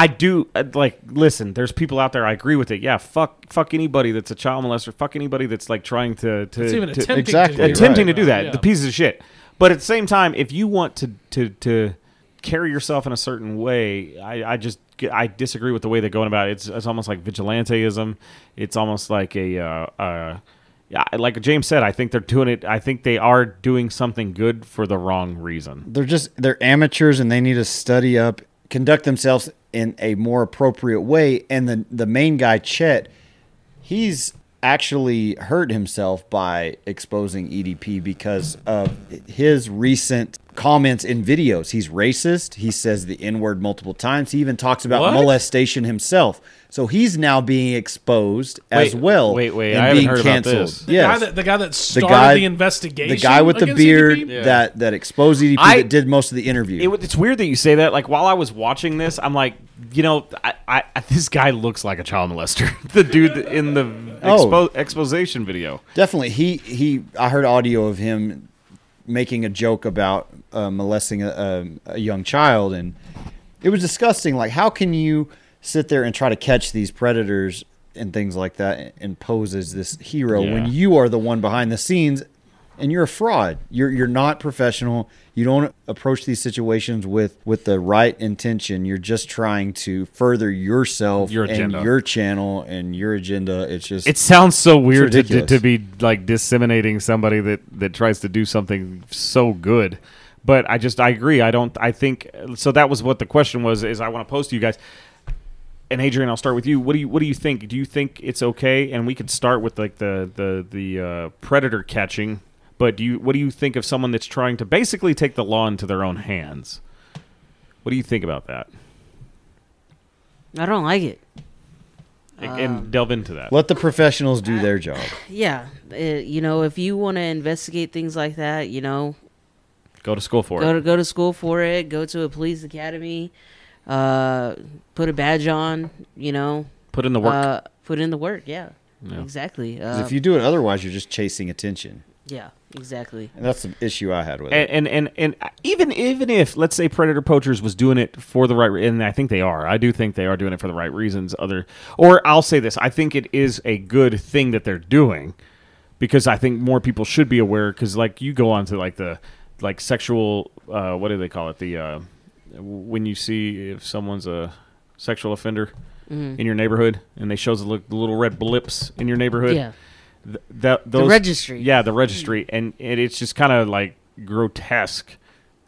S3: I do uh, like. Listen, there's people out there. I agree with it. Yeah, fuck, fuck anybody that's a child molester. Fuck anybody that's like trying to to,
S2: It's even
S3: to-
S2: attempting
S1: Exactly.
S2: to do
S3: attempting
S2: that.
S3: to do that.
S2: Yeah.
S3: The pieces of shit. But at the same time, if you want to to to carry yourself in a certain way, I, I just I disagree with the way they're going about it. It's it's almost like vigilanteism. It's almost like a uh, uh, yeah, like James said. I think they're doing it. I think they are doing something good for the wrong reason.
S1: they're just they're amateurs and they need to study up conduct themselves in a more appropriate way and the the main guy chet he's actually hurt himself by exposing edp because of his recent comments in videos he's racist he says the n-word multiple times he even talks about
S3: What?
S1: molestation himself so he's now being exposed as
S3: Wait,
S1: well
S3: wait, wait,
S1: and
S3: I haven't
S1: being
S3: heard about
S1: canceled
S3: this.
S2: The,
S1: yes
S2: guy that, the guy that started the,
S1: guy-
S2: investigation.
S1: the guy with the
S2: against
S1: beard
S2: EDP?
S1: that that exposed edp
S3: I-
S1: that did most of the interview
S3: It, was- it's weird that you say that. Like while I was watching this, I'm like, you know, I, I this guy looks like a child molester. [LAUGHS] the dude in the
S1: Oh.
S3: expo- exposition video.
S1: Definitely, he he. I heard audio of him making a joke about uh, molesting a, a, a young child, and it was disgusting. Like, how can you sit there and try to catch these predators and things like that, and, and pose as this hero
S3: Yeah.
S1: when you are the one behind the scenes and you're a fraud? You're you're not professional. You don't approach these situations with with the right intention. You're just trying to further yourself,
S3: Your
S1: and
S3: agenda.
S1: your channel, and your agenda. It's just
S3: It sounds so weird to, to,
S1: ridiculous.
S3: to be like disseminating somebody that, that tries to do something so good. But I just I agree. I don't I think so that was what the question was is I want to post to you guys. And Adrian, I'll start with you. What do you what do you think? Do you think it's okay? And we could start with like the the the uh, predator catching. But do you what do you think of someone that's trying to basically take the law into their own hands? What do you think about that?
S4: I don't like it.
S3: And-
S4: Um,
S3: and delve into that.
S1: Let the professionals do their job.
S4: Yeah, uh, you know, if you want to investigate things like that, you know,
S3: Go to school for
S4: go
S3: it.
S4: to go to school for it. Go to a police academy. Uh, put a badge on. You know,
S3: Put in the work.
S4: Uh, put in the work. Yeah,
S3: Yeah.
S4: exactly.
S1: 'Cause
S4: Uh,
S1: if you do it otherwise, you're just chasing attention,
S4: yeah, exactly.
S1: and that's the issue I had with it.
S3: and, and and and even even if let's say predator poachers was doing it for the right re- and I think they are I do think they are doing it for the right reasons other or I'll say this I think it is a good thing that they're doing because I think more people should be aware because like you go on to like the like sexual uh, what do they call it the uh, when you see if someone's a sexual offender in your neighborhood and they shows the li- the little red blips in your neighborhood
S4: Yeah.
S3: th- that those
S4: registry.
S3: yeah the registry and it, it's just kind of like grotesque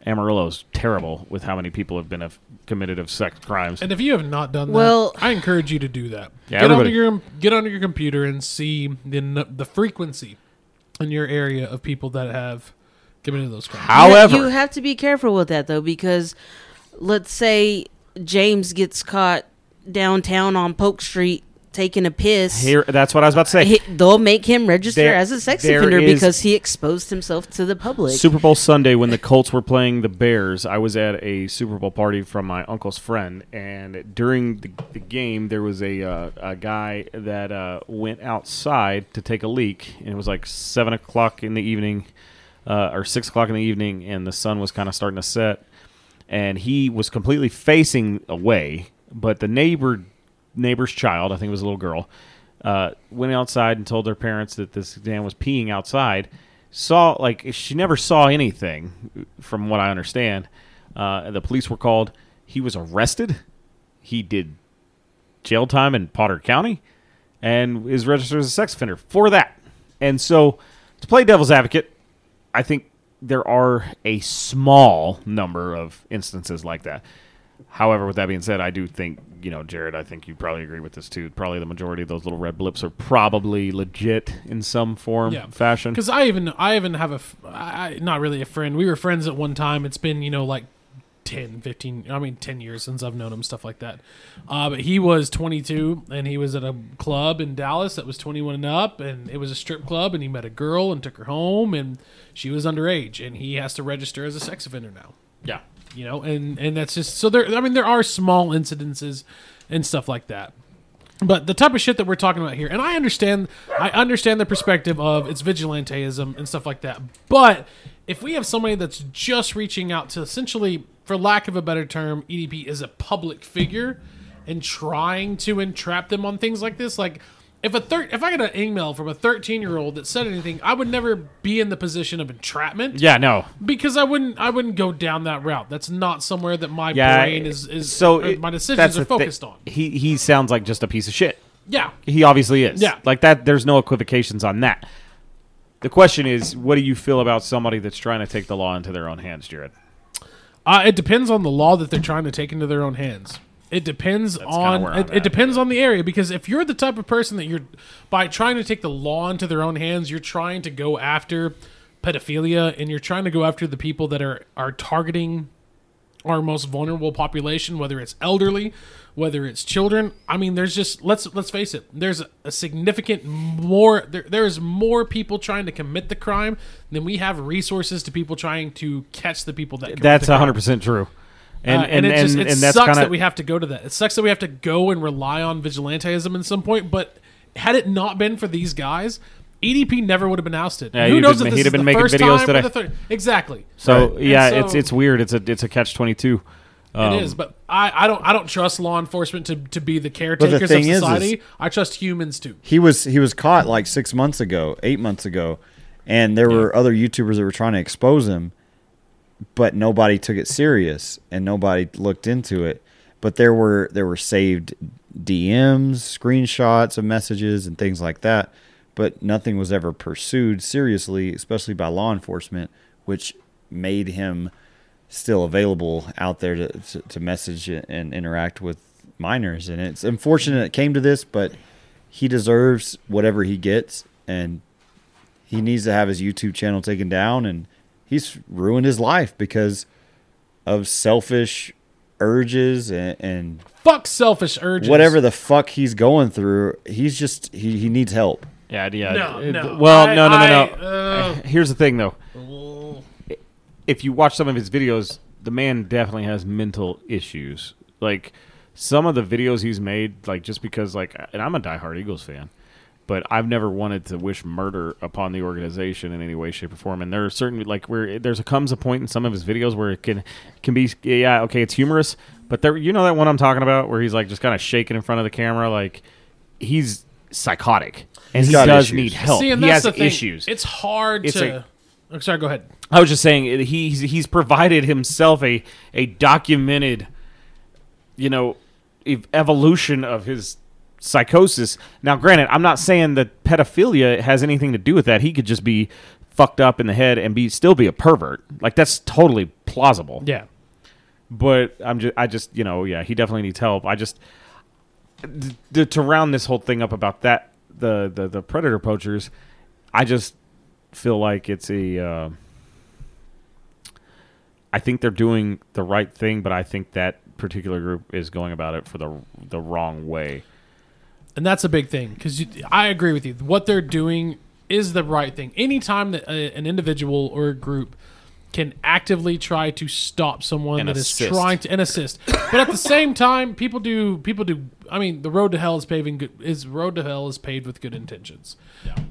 S3: amarillo's terrible with how many people have been of, committed of sex crimes
S2: And if you have not done
S4: Well-
S2: that, I encourage you to do that.
S3: Yeah,
S2: get onto
S3: everybody-
S2: your get onto your computer and see the n- the frequency in your area of people that have committed those crimes.
S4: You ha-
S3: however
S4: you have to be careful with that though, because let's say James gets caught downtown on Polk Street taking a piss.
S3: here that's what i was about to say
S4: he- they'll make him register
S3: There-
S4: as a sex
S3: there
S4: offender
S3: is-
S4: because he exposed himself to the public.
S3: Super Bowl Sunday when the Colts were playing the Bears, I was at a Super Bowl party from my uncle's friend, and during the, the game, there was a uh, a guy that uh, went outside to take a leak, and it was like seven o'clock in the evening, uh, or six o'clock in the evening, and the sun was kind of starting to set, and he was completely facing away, but the neighbor neighbor's child, I think it was a little girl, uh, went outside and told their parents that this man was peeing outside. Saw like she never saw anything, from what I understand. Uh, the police were called. He was arrested. He did jail time in Potter County, and is registered as a sex offender for that. And so, to play devil's advocate, I think there are a small number of instances like that. However, with that being said, I do think you know, Jared. I think you probably agree with this too. Probably the majority of those little red blips are probably legit in some form,
S2: yeah.
S3: fashion.
S2: Because I even I even have a f- I, I- not really a friend. We were friends at one time. It's been you know like 10, 15, I mean ten years since I've known him, stuff like that. Uh, but he was twenty two and he was at a club in Dallas that was twenty one and up, and it was a strip club, and he met a girl and took her home, and she was underage, and he has to register as a sex offender now.
S3: Yeah,
S2: You know, and and that's just so there. I mean, there are small incidences and stuff like that. But the type of shit that we're talking about here, and I understand, I understand the perspective of it's vigilanteism and stuff like that. But if we have somebody that's just reaching out to essentially, for lack of a better term, EDP is a public figure, and trying to entrap them on things like this, like if a thir- if I got an email from a thirteen year old that said anything, I would never be in the position of entrapment
S3: yeah, no,
S2: because I wouldn't I wouldn't go down that route. That's not somewhere that my
S3: yeah.
S2: brain is is
S3: so
S2: or
S3: it-
S2: my
S3: that's
S2: decisions are
S3: the thi-
S2: focused on.
S3: He he sounds like just a piece of shit.
S2: Yeah,
S3: He obviously is.
S2: Yeah.
S3: Like that there's no equivocations on that. The question is, what do you feel about somebody that's trying to take the law into their own hands, Jared?
S2: Uh, it depends on the law that they're trying to take into their own hands. It depends
S3: where
S2: on
S3: I'm
S2: it, it
S3: at,
S2: depends on the area because if you're the type of person that you're by trying to take the law into their own hands, you're trying to go after pedophilia and you're trying to go after the people that are are targeting our most vulnerable population, whether it's elderly, whether it's children. I mean, there's just let's let's face it. There's a, a significant more there, there is more people trying to commit the crime than we have resources to people trying to catch the people that commit
S3: That's
S2: the crime.
S3: 100% true. And,
S2: Uh,
S3: and,
S2: it
S3: and,
S2: just it
S3: and, that's
S2: sucks
S3: kind
S2: that
S3: of
S2: we have to go to that. It sucks that we have to go and rely on vigilantism in some point. But had it not been for these guys, EDP never would have been ousted.
S3: Yeah,
S2: Who
S3: he'd
S2: knows
S3: been-
S2: if this
S3: he'd
S2: is
S3: have been
S2: the
S3: making
S2: first
S3: videos
S2: time or
S3: today.
S2: the third- Exactly.
S3: so yeah,
S2: And so-
S3: it's it's weird. It's a it's a catch twenty two. um,
S2: it is, but I, I don't I don't trust law enforcement to, to be the caretakers
S1: thing
S2: of
S1: is-
S2: society.
S1: is-
S2: I trust humans to.
S1: he was he was caught like six months ago, eight months ago, and there were other YouTubers that were trying to expose him, but nobody took it serious and nobody looked into it. But there were there were saved DMs, screenshots of messages and things like that, but nothing was ever pursued seriously, especially by law enforcement, which made him still available out there to, to, to message and interact with minors. And it's unfortunate it came to this, but he deserves whatever he gets, and he needs to have his YouTube channel taken down. And he's ruined his life because of selfish urges and, and
S2: Fuck selfish urges.
S1: whatever the fuck he's going through. He's just he, he needs help.
S3: Yeah, yeah.
S2: No,
S3: Uh,
S2: no.
S3: Well,
S2: I-
S3: no, no, no,
S2: I-
S3: no.
S2: uh,
S3: Here's the thing, though. If you watch some of his videos, the man definitely has mental issues. Like some of the videos he's made, like just because, like, and I'm a diehard Eagles fan, but I've never wanted to wish murder upon the organization in any way, shape, or form. And there are certain, like, where there's a comes a point in some of his videos where it can can be, yeah, okay, it's humorous, but there, you know that one I'm talking about where he's like just kind of shaking in front of the camera, like he's psychotic and he
S1: got
S3: does
S1: issues.
S3: need help.
S2: See, and
S3: he
S2: that's
S3: has
S2: the thing.
S3: issues.
S2: It's hard
S3: It's
S2: to.
S3: a-
S2: I'm sorry. Go ahead.
S3: I was just saying it- he's he's provided himself a a documented, you know, ev- evolution of his psychosis. Now, granted, I'm not saying that pedophilia has anything to do with that. He could just be fucked up in the head and be still be a pervert. Like that's totally plausible.
S2: Yeah.
S3: But I'm just I just you know yeah he definitely needs help. I just th- th- to round this whole thing up about that the the, the predator poachers. I just feel like it's a. Uh, I think they're doing the right thing, but I think that particular group is going about it for the the wrong way.
S2: And that's a big thing because I agree with you. What they're doing is the right thing. Anytime that a, an individual or a group can actively try to stop someone
S3: And
S2: that is
S3: assist.
S2: trying to and assist, but at the same time, people do people do. I mean, the road to hell is paving good, is road to hell is paved with good intentions.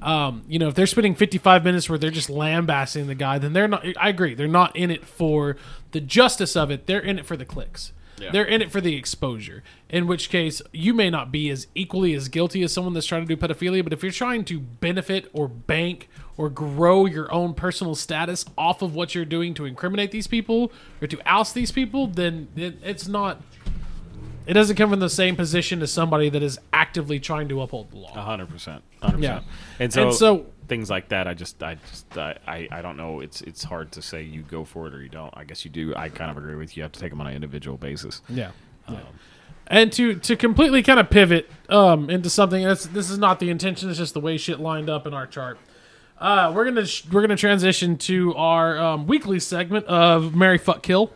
S2: Um, you know, if they're spending 55 minutes where they're just lambasting the guy, then they're not. I agree, they're not in it for the justice of it. They're in it for the clicks. They're in it for the exposure. In which case, you may not be as equally as guilty as someone that's trying to do pedophilia, but if you're trying to benefit or bank or grow your own personal status off of what you're doing to incriminate these people or to oust these people, then it- it's not It doesn't come from the same position as somebody that is actively trying to uphold the law.
S3: hundred percent, hundred
S2: Yeah.
S3: percent. And so,
S2: And so-
S3: things like that, I just, I just, I, I, I don't know. It's, it's hard to say you go for it or you don't. I guess you do. I kind of agree with you. You have to take them on an individual basis.
S2: Yeah. yeah. Um, and to to completely kind of pivot um, into something that's this is not the intention. It's just the way shit lined up in our chart. Uh, we're gonna sh- we're gonna transition to our um, weekly segment of Mary Fuck Kill.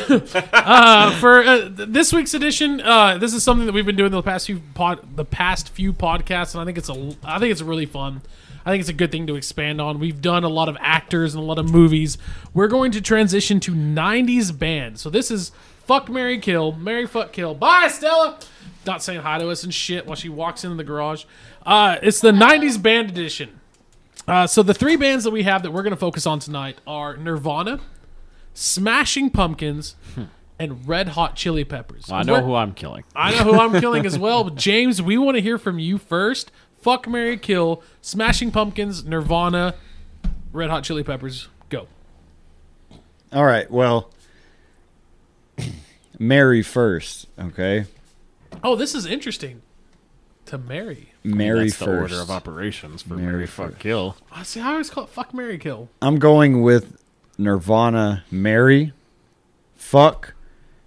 S2: uh, for uh, th- this week's edition, uh, this is something that we've been doing the past few pod, the past few podcasts, and I think it's a l- I think it's really fun. I think it's a good thing to expand on. We've done a lot of actors and a lot of movies. We're going to transition to '90s bands. So this is fuck Mary Kill, Mary Fuck Kill. Bye, Stella. Not saying hi to us and shit while she walks into the garage. Uh, it's the '90s band edition. Uh, so the three bands that we have that we're going to focus on tonight are Nirvana, Smashing Pumpkins, and Red Hot Chili Peppers.
S3: Hmm. I know
S2: We're-
S3: who I'm killing.
S2: I know who I'm killing as
S3: [LAUGHS]
S2: well. But James, we want to hear from you first. Fuck Mary Kill, Smashing Pumpkins, Nirvana, Red Hot Chili Peppers. Go.
S1: All right. Well, [CLEARS THROAT] Mary first. Okay.
S2: Oh, this is interesting. To Mary.
S1: Mary
S3: That's the
S1: first.
S3: order of operations for
S1: Mary
S3: Mary, fuck kill.
S2: I see. I always call it Fuck Mary Kill.
S1: I'm going with Nirvana, Mary, fuck,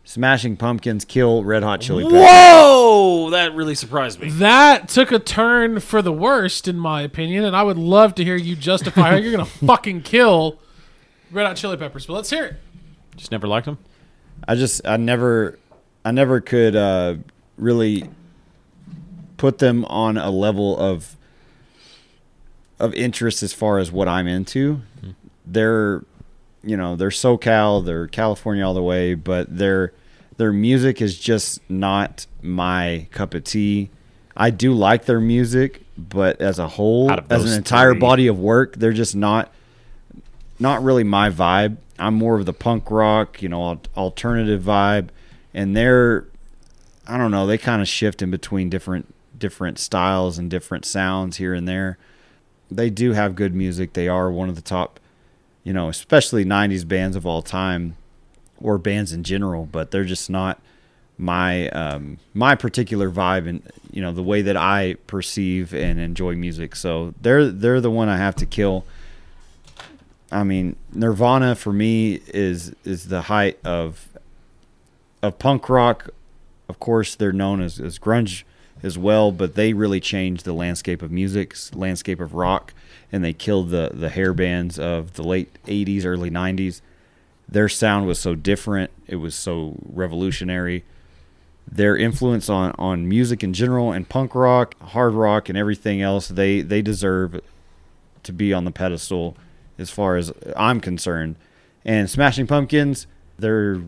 S1: Smashing Pumpkins, kill, Red Hot Chili Peppers.
S3: Whoa, Oh, that really surprised me.
S2: That took a turn for the worst, in my opinion, and I would love to hear you justify how you're gonna fucking kill Red Hot Chili Peppers. But let's hear it.
S3: Just never liked him.
S1: I just I never I never could uh, really put them on a level of of interest as far as what I'm into. They're you know, they're SoCal, they're California all the way, but their their music is just not my cup of tea. I do like their music, but as a whole,
S3: Out of
S1: as an
S3: those
S1: entire
S3: three.
S1: body of work, they're just not not really my vibe. I'm more of the punk rock, you know, al- alternative vibe, and they're I don't know, they kind of shift in between different different styles and different sounds here and there. They do have good music. They are one of the top, you know, especially 90s bands of all time or bands in general, but they're just not my um my particular vibe and you know the way that I perceive and enjoy music. So they're they're the one I have to kill. I mean, Nirvana for me is is the height of of punk rock. Of course, they're known as, as grunge as well, but they really changed the landscape of music, s- landscape of rock, and they killed the the hair bands of the late '80s, early '90s. Their sound was so different; it was so revolutionary. Their influence on on music in general and punk rock, hard rock, and everything else they they deserve to be on the pedestal as far as I'm concerned. And Smashing Pumpkins, their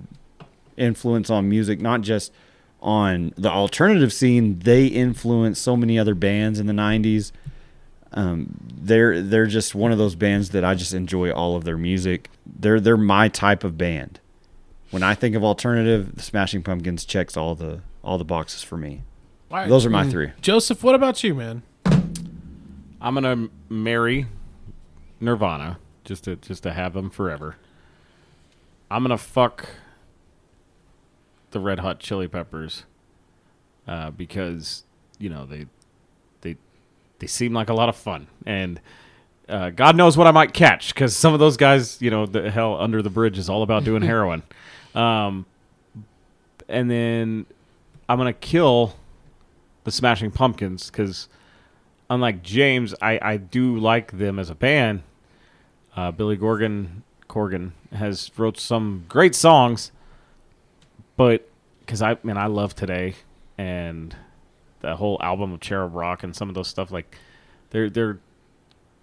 S1: influence on music, not just on the alternative scene, they influenced so many other bands in the 90s. Um, they're they're just one of those bands that I just enjoy all of their music. They're they're my type of band. When I think of alternative, the Smashing Pumpkins checks all the all the boxes for me.
S2: All right. Mm.
S1: Those are my three.
S2: Joseph, what about you, man?
S3: I'm gonna m- marry Nirvana just to just to have them forever. I'm gonna fuck the Red Hot Chili Peppers uh, because you know they they they seem like a lot of fun and. Uh, God knows what I might catch because some of those guys, you know, the hell under the bridge is all about doing heroin. Um, and then I'm gonna kill the Smashing Pumpkins because unlike James, I, I do like them as a band. Uh, Billy Gorgon Corgan has wrote some great songs, but because I man I love today and the whole album of Cherub Rock and some of those stuff like they're they're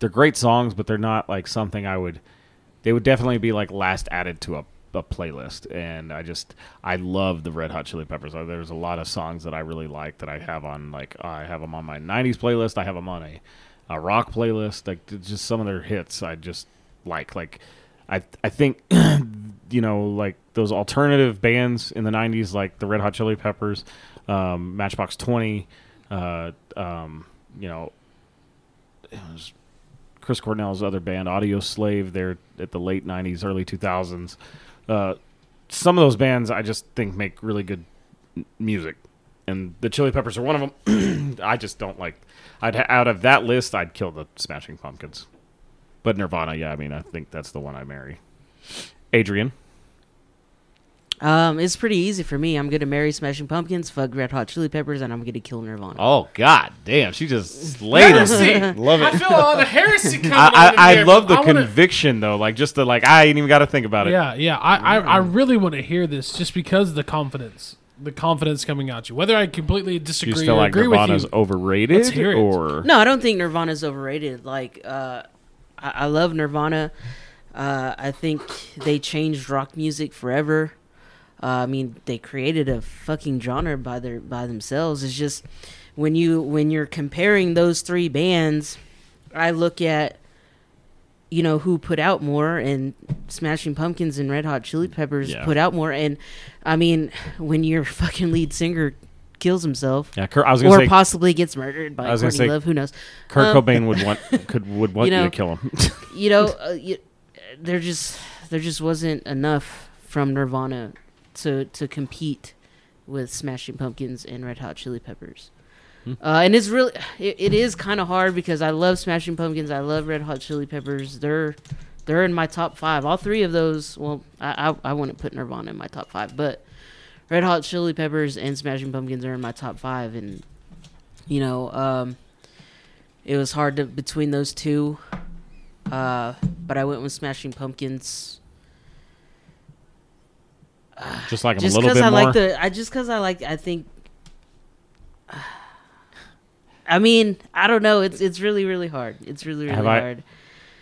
S3: they're great songs, but they're not like something I would. They would definitely be like last added to a, a playlist, and I just I love the Red Hot Chili Peppers. Uh, There's a lot of songs that I really like that I have on like I have them on my '90s playlist. I have them on a, a rock playlist. Like j- just some of their hits I just like. Like I I think [CLEARS THROAT] you know like those alternative bands in the '90s like the Red Hot Chili Peppers, um, Matchbox Twenty, uh, um, you know. It was Chris Cornell's other band, Audio Slave, there at the late '90s, early 2000s. Uh, some of those bands I just think make really good music, and the Chili Peppers are one of them. [CLEARS THROAT] I just don't like. I'd out of that list, I'd kill the Smashing Pumpkins, but Nirvana, yeah, I mean, I think that's the one I marry. Adrian,
S4: Um, it's pretty easy for me. I'm gonna marry Smashing Pumpkins, fuck Red Hot Chili Peppers, and I'm gonna kill Nirvana.
S3: oh god damn, she just
S2: [LAUGHS]
S3: slayed us. [LAUGHS]
S1: Love
S2: I
S1: it.
S2: feel all the heresy coming
S3: I,
S2: on in
S3: I, I
S2: here,
S3: love the
S2: but I wanna-
S3: conviction though, like just the like I ain't even got to think about it.
S2: Yeah, yeah. I, I, I really want to hear this just because the confidence, the confidence coming at you. Whether I completely
S3: Do you
S2: disagree
S3: still
S2: or
S3: like
S2: agree
S3: Nirvana's
S2: with you,
S3: overrated
S2: Let's hear it.
S3: or
S4: No, I don't think Nirvana's overrated. Like, uh, I, I love Nirvana. Uh, I think they changed rock music forever. Uh, I mean, they created a fucking genre by their by themselves. It's just when you when you're comparing those three bands, I look at you know who put out more and Smashing Pumpkins and Red Hot Chili Peppers
S3: Yeah.
S4: put out more. And I mean, when your [LAUGHS] fucking lead singer kills himself
S3: yeah? Kurt, I was gonna
S4: or
S3: say
S4: possibly gets murdered by
S3: I was gonna
S4: Courtney
S3: say-
S4: Love. Who knows?
S3: Kurt
S4: um,
S3: Cobain would
S4: [LAUGHS]
S3: want could would want you,
S4: you know,
S3: to kill him. [LAUGHS]
S4: You know, uh, you, there just there just wasn't enough from Nirvana to to compete with Smashing Pumpkins and Red Hot Chili Peppers. Uh, and it's really it, it is kind of hard because I love Smashing Pumpkins. I love Red Hot Chili Peppers. They're they're in my top five. All three of those. Well, I I, I wouldn't put Nirvana in my top five, but Red Hot Chili Peppers and Smashing Pumpkins are in my top five, and you know, um, it was hard to between those two. Uh, but I went with Smashing Pumpkins
S3: just like him
S4: just
S3: a little
S4: because
S3: bit
S4: I
S3: more.
S4: like the. I just because I like. I think. I mean, I don't know. It's it's really really hard. It's really really
S3: Have I-
S4: hard.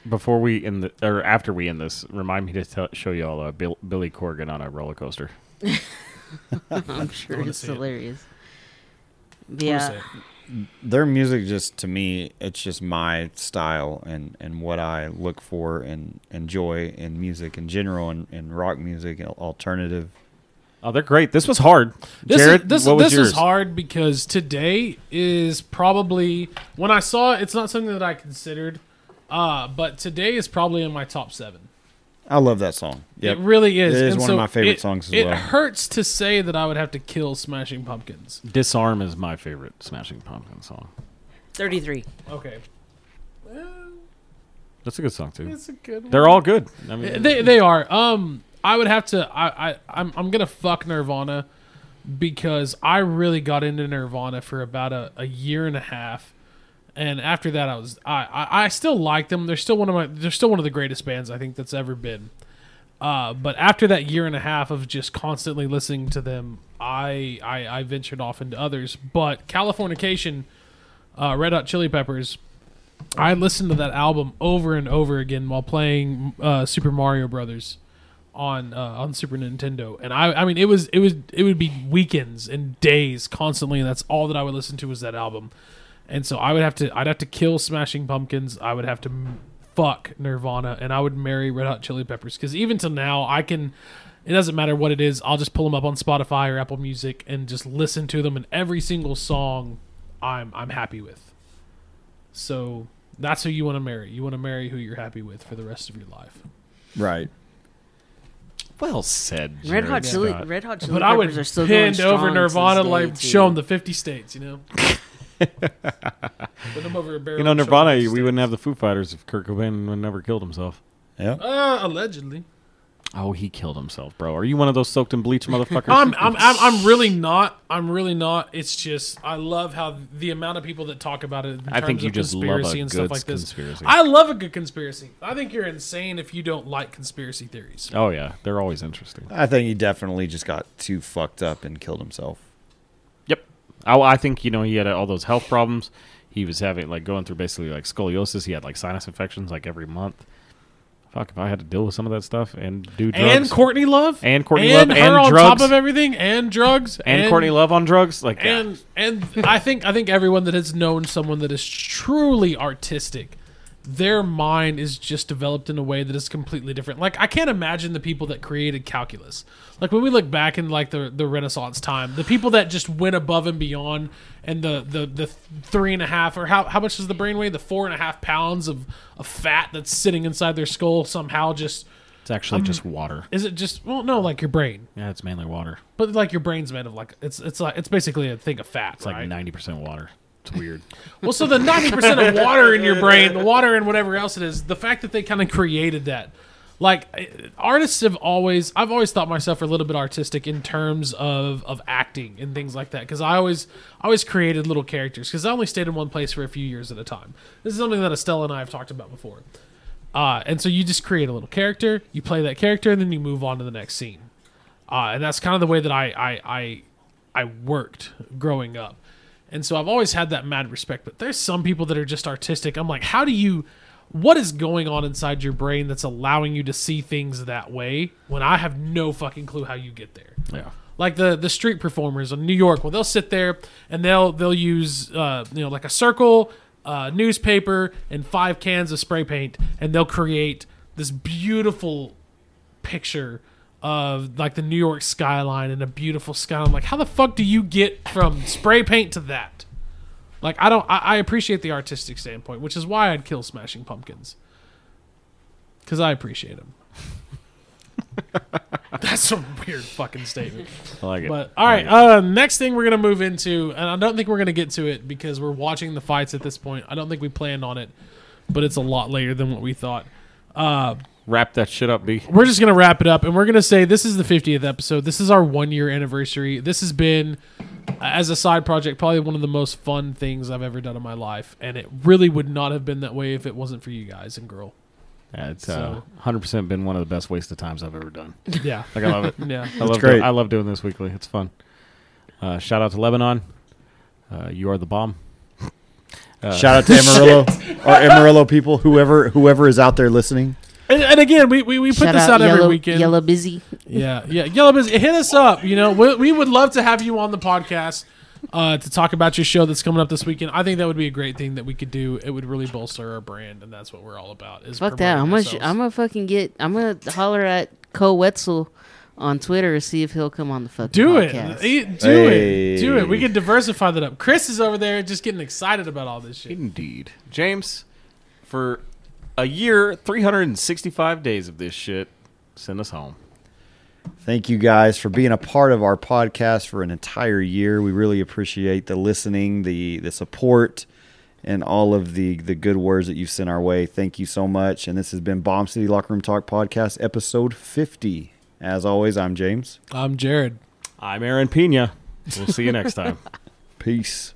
S3: Before we end the or after we end this, remind me to tell, show you all uh, Bill, Billy Corgan on a roller coaster.
S4: I'm sure
S2: wanna
S4: it's
S2: see it.
S4: hilarious.
S2: What do
S4: Yeah,
S2: you say?
S1: Their music just to me, it's just my style and and what I look for and enjoy in music in general and, and rock music and alternative.
S3: Oh, they're great. This was hard.
S2: This,
S3: Jared,
S2: is, this,
S3: what was
S2: this
S3: yours?
S2: is hard because today is probably when I saw it, it's not something that I considered, uh, but today is probably in my top seven.
S1: I love that song. Yep.
S2: It really is.
S1: It is
S2: And
S1: one of
S2: so
S1: my favorite
S2: it-
S1: songs as
S2: it
S1: well.
S2: hurts to say that I would have to kill Smashing Pumpkins.
S3: Disarm is my favorite Smashing Pumpkin song.
S4: thirty three.
S2: Okay,
S3: That's a good song too.
S2: it's a good. One.
S3: They're all good. I mean,
S2: They they are. Um, I would have to. I I I'm, I'm gonna fuck Nirvana because I really got into Nirvana for about a, a year and a half, and after that I was I, I I still like them. They're still one of my they're still one of the greatest bands I think that's ever been. Uh, but after that year and a half of just constantly listening to them, I I, I ventured off into others. But Californication, uh, Red Hot Chili Peppers, I listened to that album over and over again while playing uh, Super Mario Brothers on uh, on Super Nintendo, and I I mean it was it was it would be weekends and days constantly, and that's all that I would listen to was that album, and so I would have to I'd have to kill Smashing Pumpkins, I would have to m- fuck Nirvana, and I would marry Red Hot Chili Peppers because even till now I can. It doesn't matter what it is. I'll just pull them up on Spotify or Apple Music and just listen to them. And every single song, I'm I'm happy with. So that's who you want to marry. You want to marry who you're happy with for the rest of your life.
S1: Right.
S3: well said.
S4: Red Hot
S3: Jared
S4: Chili,
S3: Scott.
S4: Red Hot Chili
S2: But I
S4: Peppers
S2: would
S4: are still going
S2: hand
S4: strong
S2: over
S4: to
S2: Nirvana,
S4: this
S2: like
S4: day, too.
S2: show them the 50 states, you
S4: [LAUGHS]
S2: know. Put them over a barrel.
S3: You know,
S2: and show 'em
S3: Nirvana,
S2: 50
S3: we
S2: states.
S3: wouldn't have the Foo Fighters if Kurt Cobain would never killed himself.
S1: Yep.
S2: Uh, allegedly,
S3: Oh, he killed himself, bro. Are you one of those soaked
S2: [LAUGHS]
S3: in bleach motherfuckers?
S2: I'm, I'm I'm I'm really not. I'm really not. It's just I love how the amount of people that talk about it. In
S3: I think
S2: terms
S3: you
S2: of
S3: just love
S2: conspiracy
S3: a
S2: and
S3: good
S2: stuff like this.
S3: conspiracy.
S2: I love a good conspiracy. I think you're insane if you don't like conspiracy theories.
S3: oh yeah, they're always interesting.
S1: I think he definitely just got too fucked up and killed himself.
S3: Yep. I, I think you know he had all those health problems. He was having like going through basically like scoliosis. He had like sinus infections like every month. Fuck, if I had to deal with some of that stuff and do drugs
S2: And Courtney Love
S3: And Courtney
S2: and
S3: Love
S2: her
S3: and
S2: on top
S3: drugs.
S2: of everything and drugs
S3: and, Courtney Love on drugs, like yeah.
S2: and and I think I think everyone that has known someone that is truly artistic, their mind is just developed in a way that is completely different. Like I can't imagine the people that created calculus. Like when we look back in like the the Renaissance time, the people that just went above and beyond, and the the the three and a half or how how much does the brain weigh? The four and a half pounds of of fat that's sitting inside their skull somehow just
S8: It's actually just water.
S2: Is it just well, no, like your brain,
S8: Yeah, it's mainly water.
S2: but like your brain's made of like it's it's like it's basically a thing of fat,
S8: It's
S2: right?
S8: like ninety percent water. It's weird.
S2: Well, so the ninety percent of water in your brain, the water and whatever else it is, the fact that they kind of created that, like eh, artists have always, I've always thought myself a little bit artistic in terms of of acting and things like that, because I always, I always created little characters, because I only stayed in one place for a few years at a time. This is something that Estella and I have talked about before, uh, and so you just create a little character, you play that character, and then you move on to the next scene, uh, and that's kind of the way that I, I, I I worked growing up. And so I've always had that mad respect, but there's some people that are just artistic. I'm like, how do you what is going on inside your brain that's allowing you to see things that way when I have no fucking clue how you get there?
S8: Yeah.
S2: Like the the street performers in New York, well, they'll sit there and they'll they'll use uh, you know like a circle, uh, newspaper, and five cans of spray paint, and they'll create this beautiful picture of like the New York skyline and a beautiful sky. I'm like, how the fuck do you get from spray paint to that? Like, I don't. I, I appreciate the artistic standpoint, which is why I'd kill Smashing Pumpkins because I appreciate them. That's a weird fucking statement.
S8: I like it.
S2: But all right, uh, next thing we're gonna move into, and I don't think we're gonna get to it because we're watching the fights at this point. I don't think we planned on it, but it's a lot later than what we thought.
S8: Wrap that shit up, B.
S2: we're just gonna wrap it up and we're gonna say this is the 50th episode this is our one year anniversary this has been as a side project probably one of the most fun things i've ever done in my life and it really would not have been that way if it wasn't for you guys and girl
S8: Yeah, it's
S2: So-
S8: hundred percent been one of the best waste of times I've ever done.
S2: yeah
S8: Like I love it.
S2: yeah
S8: I love
S1: great.
S8: Doing, I love doing this weekly. It's fun. Uh, shout out to Lebanon. Uh, you are the bomb. Uh,
S1: Shout out to Amarillo,
S8: [LAUGHS]
S1: our Amarillo people, whoever whoever is out there listening.
S2: and, and again we, we, we put
S4: Shout
S2: this out,
S4: Yellow,
S2: every weekend
S4: Yellow busy.
S2: yeah yeah yellow Biz, hit us up you know we, we would love to have you on the podcast uh, to talk about your show that's coming up this weekend i think that would be a great thing that we could do it would really bolster our brand and that's what we're all about is
S4: Fuck that. I'm
S2: promoting
S4: gonna, sh-
S2: ourselves.
S4: I'm gonna fucking get. I'm gonna holler at Co Wetzel on Twitter to see if he'll come on the fucking
S2: Do it.
S4: podcast.
S2: E- Do it. Do it. We can diversify that up. Chris is over there just getting excited about all this shit.
S8: Indeed. James, for a year, 365 days of this shit, send us home.
S1: Thank you guys for being a part of our podcast for an entire year. We really appreciate the listening, the the support, and all of the the good words that you've sent our way. Thank you so much. And this has been Bomb City Locker Room Talk Podcast, episode fifty. As always, I'm James.
S2: I'm Jared.
S8: [LAUGHS] I'm Aaron Pena. We'll see you next time.
S1: Peace.